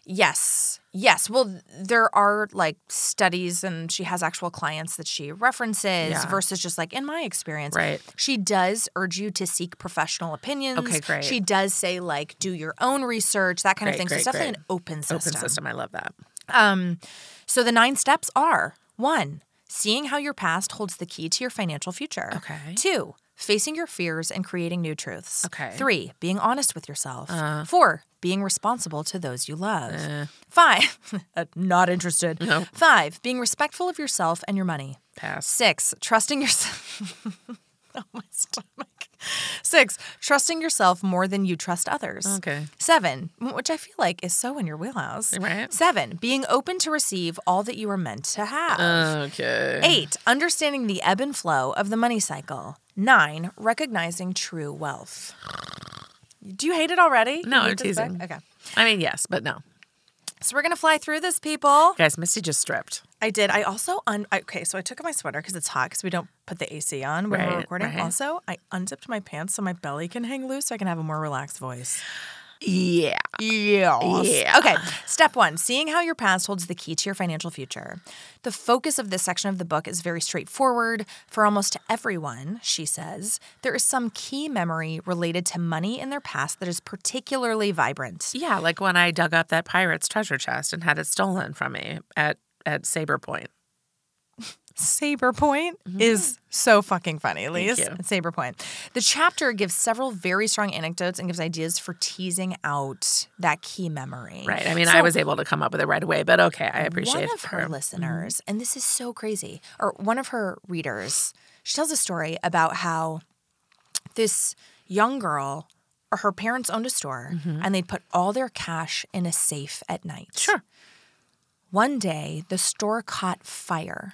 [SPEAKER 1] yes, yes. Well, th- there are like studies, and she has actual clients that she references
[SPEAKER 2] Yeah.
[SPEAKER 1] versus just like in my experience.
[SPEAKER 2] Right.
[SPEAKER 1] She does urge you to seek professional opinions.
[SPEAKER 2] Okay, great.
[SPEAKER 1] She does say like do your own research, that kind of
[SPEAKER 2] Great,
[SPEAKER 1] thing. so
[SPEAKER 2] great,
[SPEAKER 1] it's definitely
[SPEAKER 2] great.
[SPEAKER 1] an open system.
[SPEAKER 2] Open system. I love that.
[SPEAKER 1] Um, so the nine steps are one, seeing how your past holds the key to your financial future.
[SPEAKER 2] Okay.
[SPEAKER 1] Two, facing your fears and creating new truths.
[SPEAKER 2] Okay. Uh-huh.
[SPEAKER 1] Three, being honest with yourself. Four, being responsible to those you love. Five, (laughs) uh, not interested. Five, being respectful of yourself and your money.
[SPEAKER 2] Pass.
[SPEAKER 1] Six, trusting yourself. (laughs) oh, my stomach. Six, trusting yourself more than you trust others.
[SPEAKER 2] Okay.
[SPEAKER 1] Seven, which I feel like is so in your wheelhouse.
[SPEAKER 2] Right.
[SPEAKER 1] Seven, being open to receive all that you are meant to have.
[SPEAKER 2] Uh. Okay.
[SPEAKER 1] Eight, understanding the ebb and flow of the money cycle. Nine, recognizing true wealth. Do you hate it already? You
[SPEAKER 2] No,
[SPEAKER 1] hate
[SPEAKER 2] I'm
[SPEAKER 1] this book?
[SPEAKER 2] teasing.
[SPEAKER 1] Okay.
[SPEAKER 2] I mean, yes, but no.
[SPEAKER 1] So we're going to fly through this, people.
[SPEAKER 2] Guys, Misty just stripped.
[SPEAKER 1] I did. I also un. I- Okay, so I took off my sweater because it's hot because we don't put the AC on when we're
[SPEAKER 2] Right,
[SPEAKER 1] recording.
[SPEAKER 2] right.
[SPEAKER 1] Also, I unzipped my pants so my belly can hang loose so I can have a more relaxed voice.
[SPEAKER 2] Yeah.
[SPEAKER 1] Yeah.
[SPEAKER 2] Yeah.
[SPEAKER 1] Okay. Step one seeing how your past holds the key to your financial future. The focus of this section of the book is very straightforward. For almost everyone, she says, there is some key memory related to money in their past that is particularly vibrant.
[SPEAKER 2] Yeah, like when I dug up that pirate's treasure chest and had it stolen from me at at Saber Point.
[SPEAKER 1] Saber Point is so fucking funny, Elise.
[SPEAKER 2] you.
[SPEAKER 1] Saber Point. The chapter gives several very strong anecdotes and gives ideas for teasing out that key memory.
[SPEAKER 2] Right. I mean,
[SPEAKER 1] So
[SPEAKER 2] I was able to come up with it right away, but okay, I appreciate Mm-hmm.
[SPEAKER 1] one of her,
[SPEAKER 2] her.
[SPEAKER 1] listeners, and this is so crazy, or one of her readers, she tells a story about how this young girl, or her parents owned a store,
[SPEAKER 2] Mm-hmm.
[SPEAKER 1] and they'd put all their cash in a safe at night.
[SPEAKER 2] Sure.
[SPEAKER 1] One day, the store caught fire.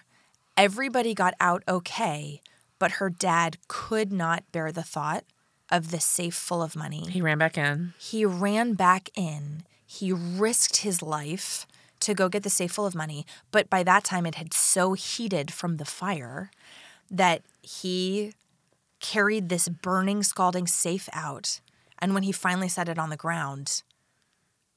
[SPEAKER 1] Everybody got out okay, but her dad could not bear the thought of the safe full of money.
[SPEAKER 2] He ran back in.
[SPEAKER 1] He ran back in. He risked his life to go get the safe full of money. But by that time, it had so heated from the fire that he carried this burning, scalding safe out. And when he finally set it on the ground,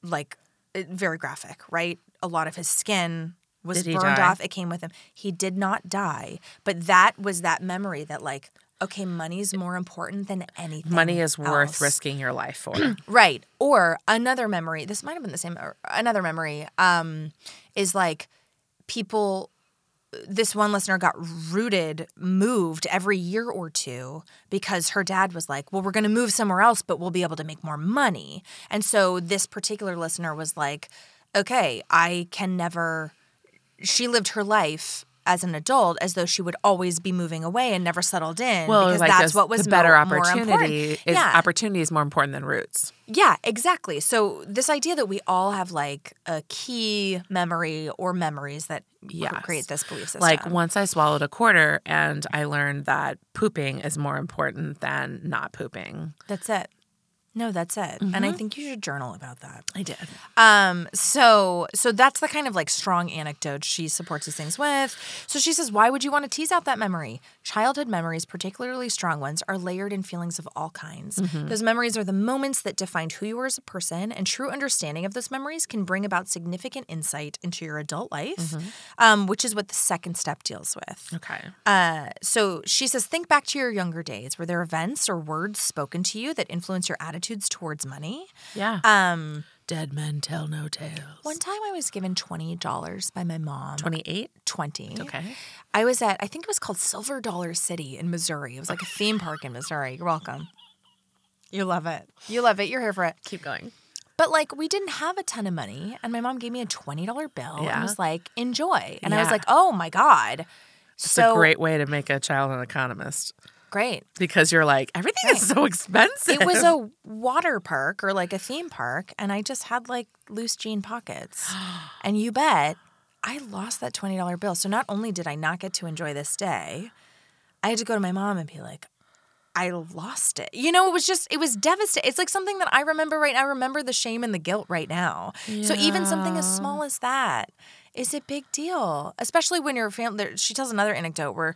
[SPEAKER 1] like it- very graphic, right? A lot of his skin was
[SPEAKER 2] Did he
[SPEAKER 1] burned
[SPEAKER 2] die?
[SPEAKER 1] off. It came with him. He did not die, but that was that memory that, like, okay, money's more important than anything.
[SPEAKER 2] Money is worth
[SPEAKER 1] else.
[SPEAKER 2] risking your
[SPEAKER 1] (clears throat)
[SPEAKER 2] life for.
[SPEAKER 1] Right. Or another memory, this might have been the same, or another memory um, is like people, this one listener got rooted, moved every year or two because her dad was like, well, we're going to move somewhere else, but we'll be able to make more money. And so this particular listener was like, okay, I can never she lived her life as an adult as though she would always be moving away and never settled in
[SPEAKER 2] Well,
[SPEAKER 1] because
[SPEAKER 2] like
[SPEAKER 1] that's
[SPEAKER 2] those-
[SPEAKER 1] what was
[SPEAKER 2] the better
[SPEAKER 1] mo- more important.
[SPEAKER 2] opportunity is
[SPEAKER 1] yeah.
[SPEAKER 2] opportunity is more important than roots.
[SPEAKER 1] yeah, exactly. So this idea that we all have like a key memory or memories that cr-
[SPEAKER 2] Yes.
[SPEAKER 1] create this belief system.
[SPEAKER 2] Like once I swallowed a quarter and I learned that pooping is more important than not pooping.
[SPEAKER 1] that's it. No, that's it. And
[SPEAKER 2] Mm-hmm.
[SPEAKER 1] I think you should journal about that.
[SPEAKER 2] I did.
[SPEAKER 1] Um, so so that's the kind of like strong anecdote she supports these things with. So she says, why would you want to tease out that memory? Childhood memories, particularly strong ones, are layered in feelings of all kinds. Those memories are the moments that defined who you were as a person, and true understanding of those memories can bring about significant insight into your adult life, um, which is what the second step deals with.
[SPEAKER 2] Okay.
[SPEAKER 1] Uh, so she says, think back to your younger days. Were there events or words spoken to you that influence your attitudes towards money?
[SPEAKER 2] Yeah.
[SPEAKER 1] Um,
[SPEAKER 2] Dead men tell no tales.
[SPEAKER 1] one time I was given $20 by my mom.
[SPEAKER 2] 28?
[SPEAKER 1] 20.
[SPEAKER 2] Okay.
[SPEAKER 1] I was at, I think it was called Silver Dollar City in Missouri. It was like a theme park in Missouri. You're welcome. You love it. You love it. You're here for it.
[SPEAKER 2] Keep going.
[SPEAKER 1] But like, we didn't have a ton of money. And my mom gave me a $20 bill and
[SPEAKER 2] Yeah.
[SPEAKER 1] was like, enjoy. And I was
[SPEAKER 2] Yeah.
[SPEAKER 1] like, oh my God.
[SPEAKER 2] It's
[SPEAKER 1] so
[SPEAKER 2] a great way to make a child an economist
[SPEAKER 1] great.
[SPEAKER 2] because you're like, everything is so expensive.
[SPEAKER 1] (laughs) It
[SPEAKER 2] (laughs)
[SPEAKER 1] was a water park or like a theme park, and I just had like loose jean pockets. And you bet I lost that $20 bill. So not only did I not get to enjoy this day, I had to go to my mom and be like, I lost it. You know, it was just, it was devastating. It's like something that I remember right now. I remember the shame and the guilt right now. So even something as small as that is a big deal, especially when your family, she tells another anecdote where,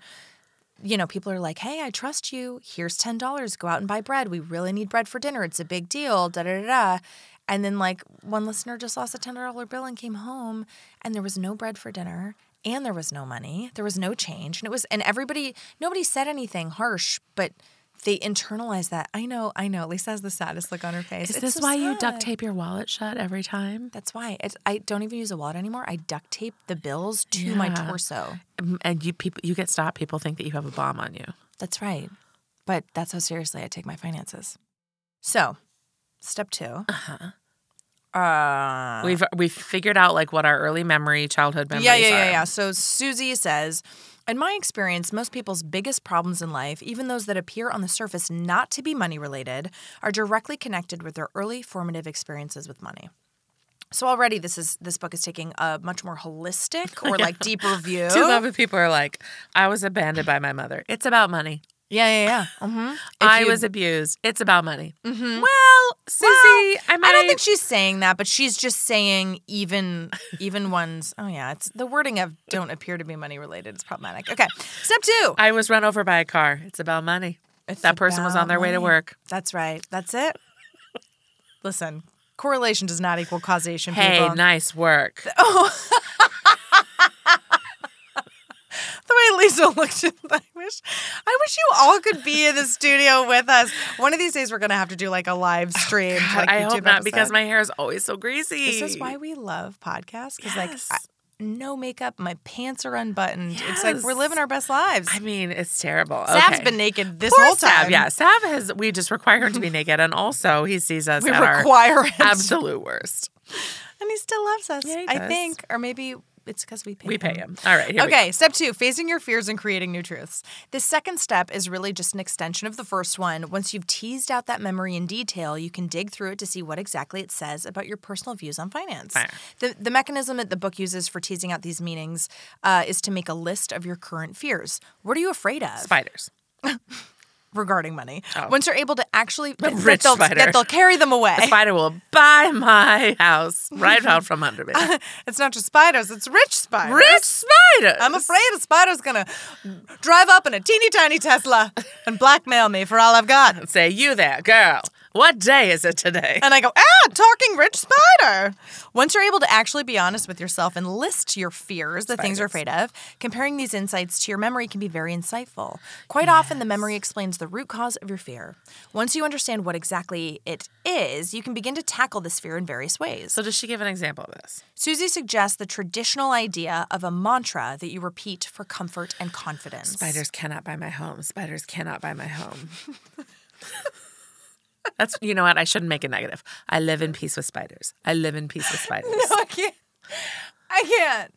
[SPEAKER 1] you know, people are like, hey, I trust you. Here's $10. Go out and buy bread. We really need bread for dinner. It's a big deal. Da da da da. And then, like, one listener just lost a $10 bill and came home, and there was no bread for dinner, and there was no money. There was no change. And it was, and everybody, nobody said anything harsh, but they internalized that. I know, I know. Lisa has the saddest look on her face.
[SPEAKER 2] Is
[SPEAKER 1] It's
[SPEAKER 2] this
[SPEAKER 1] so
[SPEAKER 2] why you
[SPEAKER 1] sad.
[SPEAKER 2] duct tape your wallet shut every time?
[SPEAKER 1] That's why. It's, I don't even use a wallet anymore. I duct tape the bills to my
[SPEAKER 2] Yeah.
[SPEAKER 1] torso.
[SPEAKER 2] Mm, And you people you get stopped, people think that you have a bomb on you.
[SPEAKER 1] That's right. But that's how seriously I take my finances. So, step two. Uh-huh. Uh
[SPEAKER 2] We've we've figured out like what our early memory, childhood memories
[SPEAKER 1] yeah, yeah,
[SPEAKER 2] are.
[SPEAKER 1] yeah, yeah. So Susie says, in my experience, most people's biggest problems in life, even those that appear on the surface not to be money related, are directly connected with their early formative experiences with money. So already this is this book is taking a much more holistic
[SPEAKER 2] (laughs)
[SPEAKER 1] or like deeper view.
[SPEAKER 2] Two love when people are like, I was abandoned by my mother. It's about money.
[SPEAKER 1] Yeah, yeah, yeah. Mm-hmm.
[SPEAKER 2] I was abused. It's about money. Mm-hmm. Well, Susie, I might.
[SPEAKER 1] I don't think she's saying that, but she's just saying even even ones. Oh yeah, it's the wording of don't appear to be money related is problematic. Okay, step two.
[SPEAKER 2] I was run over by a car. It's about money. that person was
[SPEAKER 1] about
[SPEAKER 2] on their way to
[SPEAKER 1] money.
[SPEAKER 2] work.
[SPEAKER 1] That's right. That's it. Listen, correlation does not equal causation.
[SPEAKER 2] Hey,
[SPEAKER 1] people. Oh (laughs)
[SPEAKER 2] nice work.
[SPEAKER 1] the way Lisa (laughs) looked at I wish I wish you all could be in the studio with us. One of these days we're gonna have to do like a live stream. to, like,
[SPEAKER 2] Oh, I
[SPEAKER 1] YouTube
[SPEAKER 2] hope not because
[SPEAKER 1] episode.
[SPEAKER 2] my hair is always so greasy.
[SPEAKER 1] This is why we love podcasts because,
[SPEAKER 2] Yes.
[SPEAKER 1] like, I, no makeup, my pants are unbuttoned. It's like we're
[SPEAKER 2] Yes.
[SPEAKER 1] living our best lives.
[SPEAKER 2] I mean, it's terrible.
[SPEAKER 1] Sav's
[SPEAKER 2] okay.
[SPEAKER 1] been naked this
[SPEAKER 2] Poor
[SPEAKER 1] whole time. (laughs)
[SPEAKER 2] Sav. Yeah, Sav has. We just require him to be naked, and also he sees us
[SPEAKER 1] we
[SPEAKER 2] at our
[SPEAKER 1] require him, to-
[SPEAKER 2] absolute worst.
[SPEAKER 1] and he still loves us.
[SPEAKER 2] Yeah, he
[SPEAKER 1] I
[SPEAKER 2] does.
[SPEAKER 1] think, or maybe it's because we pay.
[SPEAKER 2] We pay him. All right. Here We go.
[SPEAKER 1] Okay, step two, facing your fears and creating new truths. This second step is really just an extension of the first one. Once you've teased out that memory in detail, you can dig through it to see what exactly it says about your personal views on finance.
[SPEAKER 2] Fair.
[SPEAKER 1] The, the mechanism that the book uses for teasing out these meanings uh, is to make a list of your current fears. What are you afraid of? (laughs)
[SPEAKER 2] Spiders.
[SPEAKER 1] regarding money.
[SPEAKER 2] Oh.
[SPEAKER 1] Once you're able to actually that
[SPEAKER 2] (laughs) rich
[SPEAKER 1] they'll,
[SPEAKER 2] spider.
[SPEAKER 1] that they'll carry them away.
[SPEAKER 2] A spider will buy my house right out from under
[SPEAKER 1] (laughs)
[SPEAKER 2] me.
[SPEAKER 1] it's not just spiders; it's rich spiders.
[SPEAKER 2] Rich spider.
[SPEAKER 1] I'm afraid a spider's gonna drive up in a teeny tiny Tesla and blackmail me for all I've got.
[SPEAKER 2] Say you there, girl. What day is it today?
[SPEAKER 1] (laughs) And I go, ah, talking rich spider. Once you're able to actually be honest with yourself and list your fears, the things you're afraid of, comparing these insights to your memory can be very insightful. Quite often, the memory explains the root cause of your fear. Once you understand what exactly it is, you can begin to tackle this fear in various ways.
[SPEAKER 2] So does she give an example of this?
[SPEAKER 1] Susie suggests the traditional idea of a mantra that you repeat for comfort and confidence.
[SPEAKER 2] Spiders cannot buy my home. Spiders cannot buy
[SPEAKER 1] (laughs)
[SPEAKER 2] my home. That's you know what I shouldn't make it negative. I live in peace with spiders. I live in peace
[SPEAKER 1] (laughs)
[SPEAKER 2] with spiders.
[SPEAKER 1] No, I can't. I can't.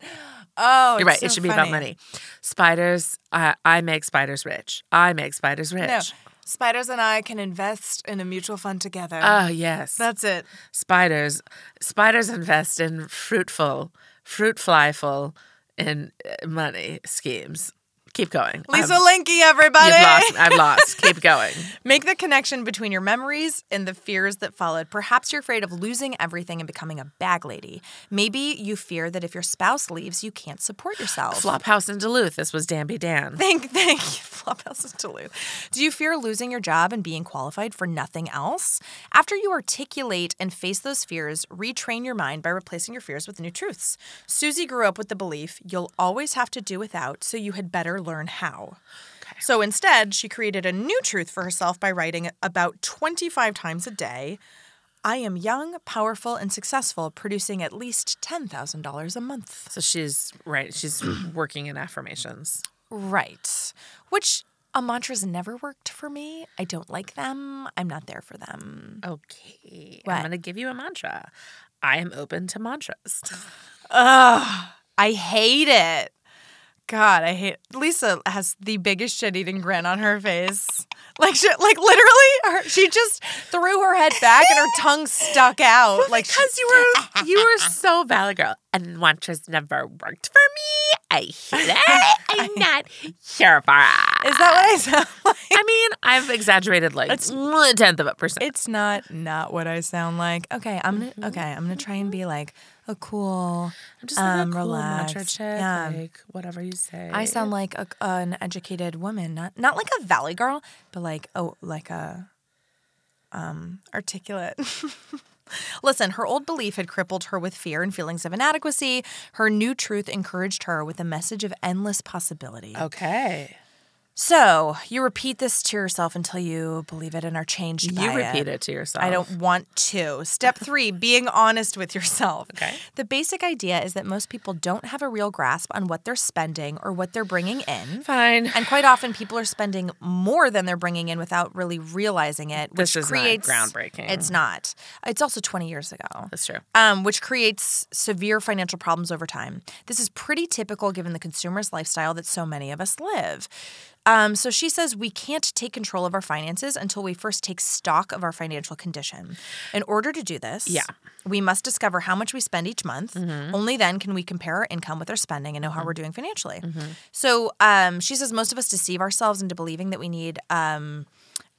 [SPEAKER 1] Oh, it's
[SPEAKER 2] You're right. it
[SPEAKER 1] so
[SPEAKER 2] should be about
[SPEAKER 1] funny.
[SPEAKER 2] money. Spiders. I I make spiders rich. I make spiders rich.
[SPEAKER 1] No, spiders and I can invest in a mutual fund together.
[SPEAKER 2] Oh yes.
[SPEAKER 1] That's it.
[SPEAKER 2] spiders. Spiders invest in fruitful, fruit flyful, in uh, money schemes. Keep going.
[SPEAKER 1] Lisa
[SPEAKER 2] I've,
[SPEAKER 1] Linky, everybody.
[SPEAKER 2] um, you've lost. I've lost. Keep going.
[SPEAKER 1] (laughs) Make the connection between your memories and the fears that followed. Perhaps you're afraid of losing everything and becoming a bag lady. Maybe you fear that if your spouse leaves, you can't support yourself.
[SPEAKER 2] Flophouse in Duluth. This was Danby
[SPEAKER 1] (laughs)
[SPEAKER 2] Dan.
[SPEAKER 1] Thank, thank you, Flophouse and Duluth. Do you fear losing your job and being qualified for nothing else? After you articulate and face those fears, retrain your mind by replacing your fears with new truths. Susie grew up with the belief you'll always have to do without, so you had better learn how. So instead, she created a new truth for herself by writing about 25 times a day. I am young, powerful, and successful, producing at least $10,000 a month.
[SPEAKER 2] So she's right. She's working in affirmations.
[SPEAKER 1] Right. Which a mantra's never worked for me. I don't like them. I'm not there for them.
[SPEAKER 2] Okay.
[SPEAKER 1] What?
[SPEAKER 2] I'm going to give you a mantra. I am open to (laughs) mantras.
[SPEAKER 1] I hate it. God, I hate Lisa has the biggest shit eating grin on her face. Like she, like literally her, she just threw her head back and her tongue stuck out. Like she-
[SPEAKER 2] Because you were you were so valley girl, and mantras never worked for me. I hate it. (laughs) I'm not here for it.
[SPEAKER 1] is that what
[SPEAKER 2] (laughs)
[SPEAKER 1] I sound (laughs) like?
[SPEAKER 2] I mean, I've exaggerated like a tenth of a percent.
[SPEAKER 1] It's not not what I sound like. Okay, I'm
[SPEAKER 2] Mm-hmm.
[SPEAKER 1] gonna okay, I'm gonna try and be like a cool
[SPEAKER 2] I'm just like
[SPEAKER 1] um,
[SPEAKER 2] a cool mantra
[SPEAKER 1] relaxed.
[SPEAKER 2] chick,
[SPEAKER 1] Yeah.
[SPEAKER 2] like whatever you say.
[SPEAKER 1] I sound like a, an educated woman, not not like a valley girl, but like oh, like a um articulate. (laughs) Listen, her old belief had crippled her with fear and feelings of inadequacy. Her new truth encouraged her with a message of endless possibility.
[SPEAKER 2] Oh. okay.
[SPEAKER 1] So you repeat this to yourself until you believe it and are changed.
[SPEAKER 2] You
[SPEAKER 1] by
[SPEAKER 2] repeat
[SPEAKER 1] it.
[SPEAKER 2] it Oh. to yourself.
[SPEAKER 1] I don't want to.
[SPEAKER 2] (laughs)
[SPEAKER 1] Step three, being honest with yourself.
[SPEAKER 2] Okay.
[SPEAKER 1] The basic idea is that most people don't have a real grasp on what they're spending or what they're bringing in.
[SPEAKER 2] Fine.
[SPEAKER 1] And quite often, people are spending more than they're bringing in without really realizing it, which
[SPEAKER 2] This is not
[SPEAKER 1] creates
[SPEAKER 2] groundbreaking.
[SPEAKER 1] It's not. It's also 20 years ago.
[SPEAKER 2] That's true.
[SPEAKER 1] Um, which creates severe financial problems over time. This is pretty typical given the consumerist lifestyle that so many of us live. Um, so she says we can't take control of our finances until we first take stock of our financial condition. In order to do this,
[SPEAKER 2] Yeah.
[SPEAKER 1] we must discover how much we spend each month. Only then can we compare our income with our spending and know how we're doing financially. So um, she says most of us deceive ourselves into believing that we need um,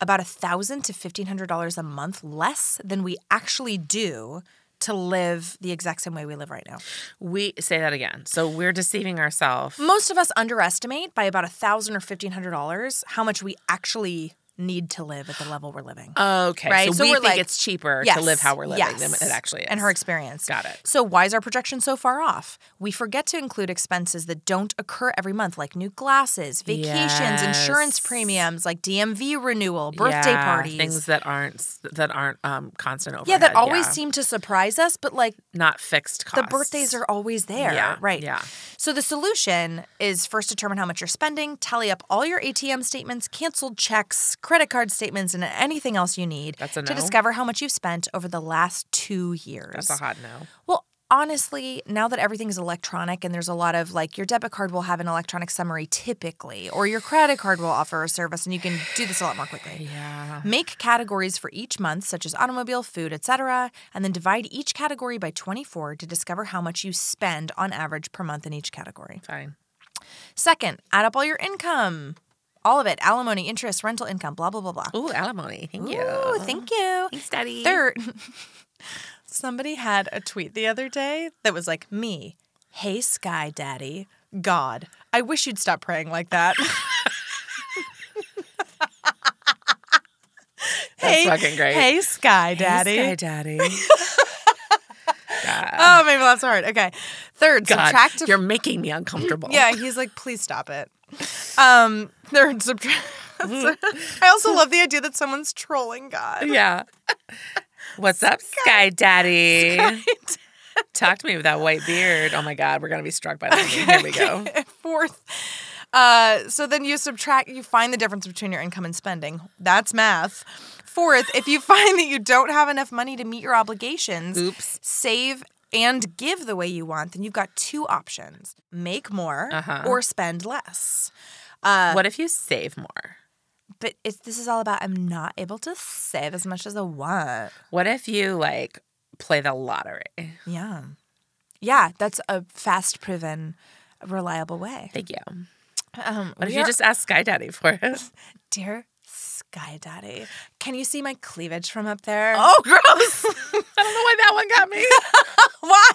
[SPEAKER 1] about a thousand to fifteen hundred dollars a month less than we actually do to live the exact same way we live right now.
[SPEAKER 2] We say that again. So we're deceiving ourselves.
[SPEAKER 1] Most of us underestimate by about a thousand or fifteen hundred dollars how much we actually need to live at the level we're living.
[SPEAKER 2] Okay.
[SPEAKER 1] Right,
[SPEAKER 2] So,
[SPEAKER 1] so
[SPEAKER 2] we
[SPEAKER 1] we're
[SPEAKER 2] think
[SPEAKER 1] like-
[SPEAKER 2] it's cheaper to live how we're living than it
[SPEAKER 1] yes.
[SPEAKER 2] actually is.
[SPEAKER 1] And her experience.
[SPEAKER 2] Got it.
[SPEAKER 1] So why is our projection so far off? We forget to include expenses that don't occur every month, like new glasses, vacations,
[SPEAKER 2] Yes.
[SPEAKER 1] insurance premiums, like DMV renewal, birthday
[SPEAKER 2] Yeah,
[SPEAKER 1] parties.
[SPEAKER 2] things that aren't that aren't um, constant overhead.
[SPEAKER 1] yeah, that always
[SPEAKER 2] yeah.
[SPEAKER 1] seem to surprise us, but like
[SPEAKER 2] not fixed costs.
[SPEAKER 1] the birthdays are always there.
[SPEAKER 2] Yeah,
[SPEAKER 1] Right.
[SPEAKER 2] yeah.
[SPEAKER 1] So the solution is first determine how much you're spending, tally up all your ATM statements, canceled checks, credit card statements, and anything else you need
[SPEAKER 2] That's a
[SPEAKER 1] to
[SPEAKER 2] no?
[SPEAKER 1] discover how much you've spent over the last two years.
[SPEAKER 2] That's a hot no.
[SPEAKER 1] Well, honestly, now that everything is electronic and there's a lot of like your debit card will have an electronic summary typically, or your credit card will offer a service and you can do this a lot more quickly.
[SPEAKER 2] Yeah.
[SPEAKER 1] Make categories for each month, such as automobile, food, etc., and then divide each category by 24 to discover how much you spend on average per month in each category.
[SPEAKER 2] Fine.
[SPEAKER 1] Second, add up all your income. All of it alimony, interest, rental income, blah, blah, blah, blah.
[SPEAKER 2] Ooh, alimony. Thank you.
[SPEAKER 1] Ooh, thank you.
[SPEAKER 2] Thanks, Daddy. (laughs)
[SPEAKER 1] Third, somebody had a tweet the other day that was like, "Me, hey Sky Daddy, God, I wish you'd stop (laughs) praying like that."
[SPEAKER 2] That's fucking great.
[SPEAKER 1] Hey, Sky
[SPEAKER 2] Hey,
[SPEAKER 1] Daddy. (laughs)
[SPEAKER 2] Sky Daddy. God.
[SPEAKER 1] Oh, maybe that's hard. Okay. Third,
[SPEAKER 2] God,
[SPEAKER 1] subtract a
[SPEAKER 2] you're making me uncomfortable.
[SPEAKER 1] Yeah, he's like, please stop it. Um, they're (laughs) subtract.
[SPEAKER 2] Mm.
[SPEAKER 1] I also love the idea that someone's trolling
[SPEAKER 2] (laughs)
[SPEAKER 1] God.
[SPEAKER 2] (laughs) Yeah. What's up, Sky Daddy? Talk to me with that white beard. Oh my God, we're gonna be struck
[SPEAKER 1] (laughs)
[SPEAKER 2] by lightning. Here we go.
[SPEAKER 1] Fourth, uh, so then you subtract, you find the difference between your income and spending. That's math. Fourth, if you (laughs) find that you don't have enough money to meet your obligations,
[SPEAKER 2] Oops.
[SPEAKER 1] save and give the way you want, then you've got two options: make more
[SPEAKER 2] Uh-huh.
[SPEAKER 1] or spend less.
[SPEAKER 2] What if you save more?
[SPEAKER 1] But it's, this is all about I'm not able to save as much as I want.
[SPEAKER 2] What if you like play the lottery?
[SPEAKER 1] Yeah. Yeah, that's a fast proven reliable way.
[SPEAKER 2] Thank you.
[SPEAKER 1] Um
[SPEAKER 2] What if
[SPEAKER 1] we
[SPEAKER 2] you
[SPEAKER 1] are-
[SPEAKER 2] just ask Sky Daddy for it?
[SPEAKER 1] dear Sky Daddy, can you see my cleavage from up there?
[SPEAKER 2] (laughs) Oh, gross! (laughs) I don't know why that one got me.
[SPEAKER 1] (laughs) why?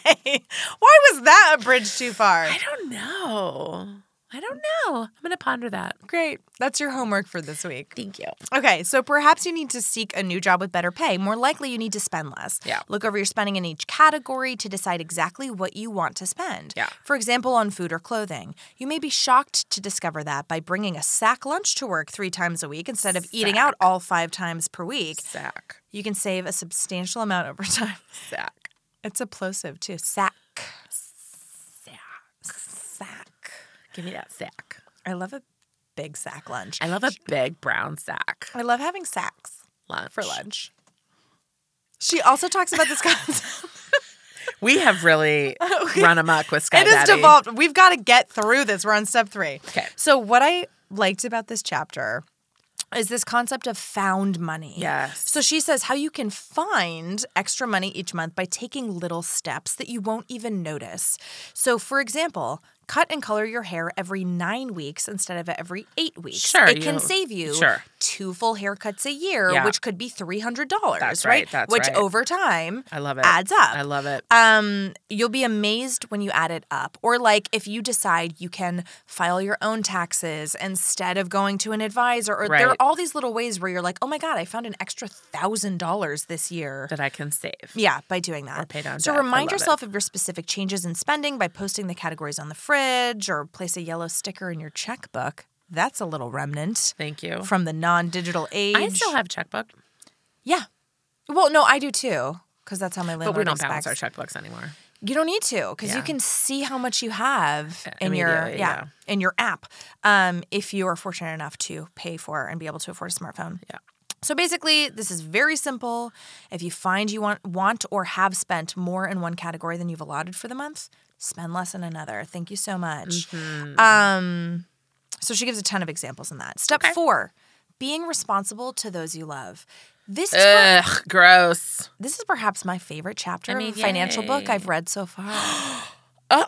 [SPEAKER 1] Why was that a bridge too far?
[SPEAKER 2] (laughs) I don't know. I don't know. I'm gonna ponder that.
[SPEAKER 1] Great. That's your homework for this week.
[SPEAKER 2] Thank you.
[SPEAKER 1] Okay, so perhaps you need to seek a new job with better pay. More likely, you need to spend less.
[SPEAKER 2] Yeah.
[SPEAKER 1] Look over your spending in each category to decide exactly what you want to spend.
[SPEAKER 2] Yeah.
[SPEAKER 1] For example, on food or clothing, you may be shocked to discover that by bringing a sack lunch to work three times a week instead of eating out all five times per week,
[SPEAKER 2] Sack.
[SPEAKER 1] you can save a substantial amount over (laughs) time.
[SPEAKER 2] Sack.
[SPEAKER 1] It's a plosive too. Sack. Sack.
[SPEAKER 2] Give me that sack.
[SPEAKER 1] I love a big sack lunch.
[SPEAKER 2] I love a big brown sack
[SPEAKER 1] I love having sacks
[SPEAKER 2] lunch.
[SPEAKER 1] for lunch. She also talks about this (laughs) concept.
[SPEAKER 2] We have (laughs) really run amok with Sky
[SPEAKER 1] It has
[SPEAKER 2] Daddy.
[SPEAKER 1] devolved. We've got to get through this. We're on step three.
[SPEAKER 2] Okay.
[SPEAKER 1] So what I liked about this chapter is this concept of found money.
[SPEAKER 2] Yes.
[SPEAKER 1] So she says how you can find extra money each month by taking little steps that you won't even notice. So for example, cut and color your hair every nine weeks instead of every eight weeks.
[SPEAKER 2] Sure,
[SPEAKER 1] It
[SPEAKER 2] you-
[SPEAKER 1] can save you
[SPEAKER 2] sure.
[SPEAKER 1] two full haircuts a year,
[SPEAKER 2] Yeah.
[SPEAKER 1] which could be three hundred dollars,
[SPEAKER 2] That's
[SPEAKER 1] right?
[SPEAKER 2] right, that's
[SPEAKER 1] which
[SPEAKER 2] right.
[SPEAKER 1] over time
[SPEAKER 2] I love it.
[SPEAKER 1] adds up.
[SPEAKER 2] I love it.
[SPEAKER 1] Um, you'll be amazed when you add it up. Or like if you decide you can file your own taxes instead of going to an advisor. Or there are
[SPEAKER 2] Right.
[SPEAKER 1] all these little ways where you're like, oh my god, I found an extra thousand dollars this year.
[SPEAKER 2] that I can save.
[SPEAKER 1] Yeah, by doing that. Or
[SPEAKER 2] pay down
[SPEAKER 1] so
[SPEAKER 2] debt. I
[SPEAKER 1] remind
[SPEAKER 2] love it.
[SPEAKER 1] yourself of your specific changes in spending by posting the categories on the fridge or place a yellow sticker in your checkbook. That's a little remnant
[SPEAKER 2] Thank you.
[SPEAKER 1] from the non-digital age.
[SPEAKER 2] I still have checkbook,
[SPEAKER 1] yeah. Well, no, I do too, because that's how my landlord
[SPEAKER 2] but we don't
[SPEAKER 1] expects.
[SPEAKER 2] balance our checkbooks anymore.
[SPEAKER 1] You don't need to because you
[SPEAKER 2] Yeah.
[SPEAKER 1] can see how much you have in your yeah,
[SPEAKER 2] Immediately, yeah.
[SPEAKER 1] in your app um, if you are fortunate enough to pay for and be able to afford a smartphone.
[SPEAKER 2] Yeah.
[SPEAKER 1] So basically, this is very simple. If you find you want want or have spent more in one category than you've allotted for the month, spend less in another. Thank you so much.
[SPEAKER 2] Mm-hmm.
[SPEAKER 1] Um, so she gives a ton of examples in that. Step
[SPEAKER 2] Okay.
[SPEAKER 1] four: being responsible to those you love. This is per-
[SPEAKER 2] Ugh, gross.
[SPEAKER 1] this is perhaps my favorite chapter
[SPEAKER 2] mean,
[SPEAKER 1] of a financial book
[SPEAKER 2] yay.
[SPEAKER 1] I've read so far.
[SPEAKER 2] Oh,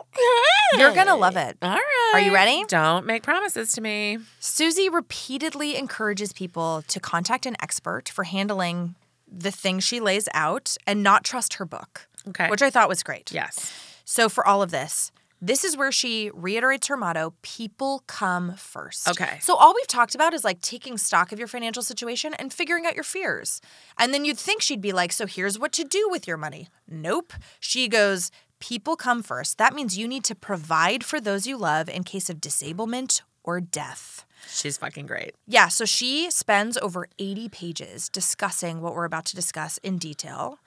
[SPEAKER 1] You're gonna love it.
[SPEAKER 2] All right.
[SPEAKER 1] Are you ready?
[SPEAKER 2] Don't make promises to me.
[SPEAKER 1] Susie repeatedly encourages people to contact an expert for handling the things she lays out and not trust her book,
[SPEAKER 2] Okay.
[SPEAKER 1] which I thought was great.
[SPEAKER 2] yes.
[SPEAKER 1] So, for all of this, this is where she reiterates her motto people come first.
[SPEAKER 2] Okay.
[SPEAKER 1] So, all we've talked about is like taking stock of your financial situation and figuring out your fears. And then you'd think she'd be like, so here's what to do with your money. Nope. She goes, people come first. That means you need to provide for those you love in case of disablement or death.
[SPEAKER 2] She's fucking great.
[SPEAKER 1] Yeah, so she spends over 80 pages discussing what we're about to discuss in detail.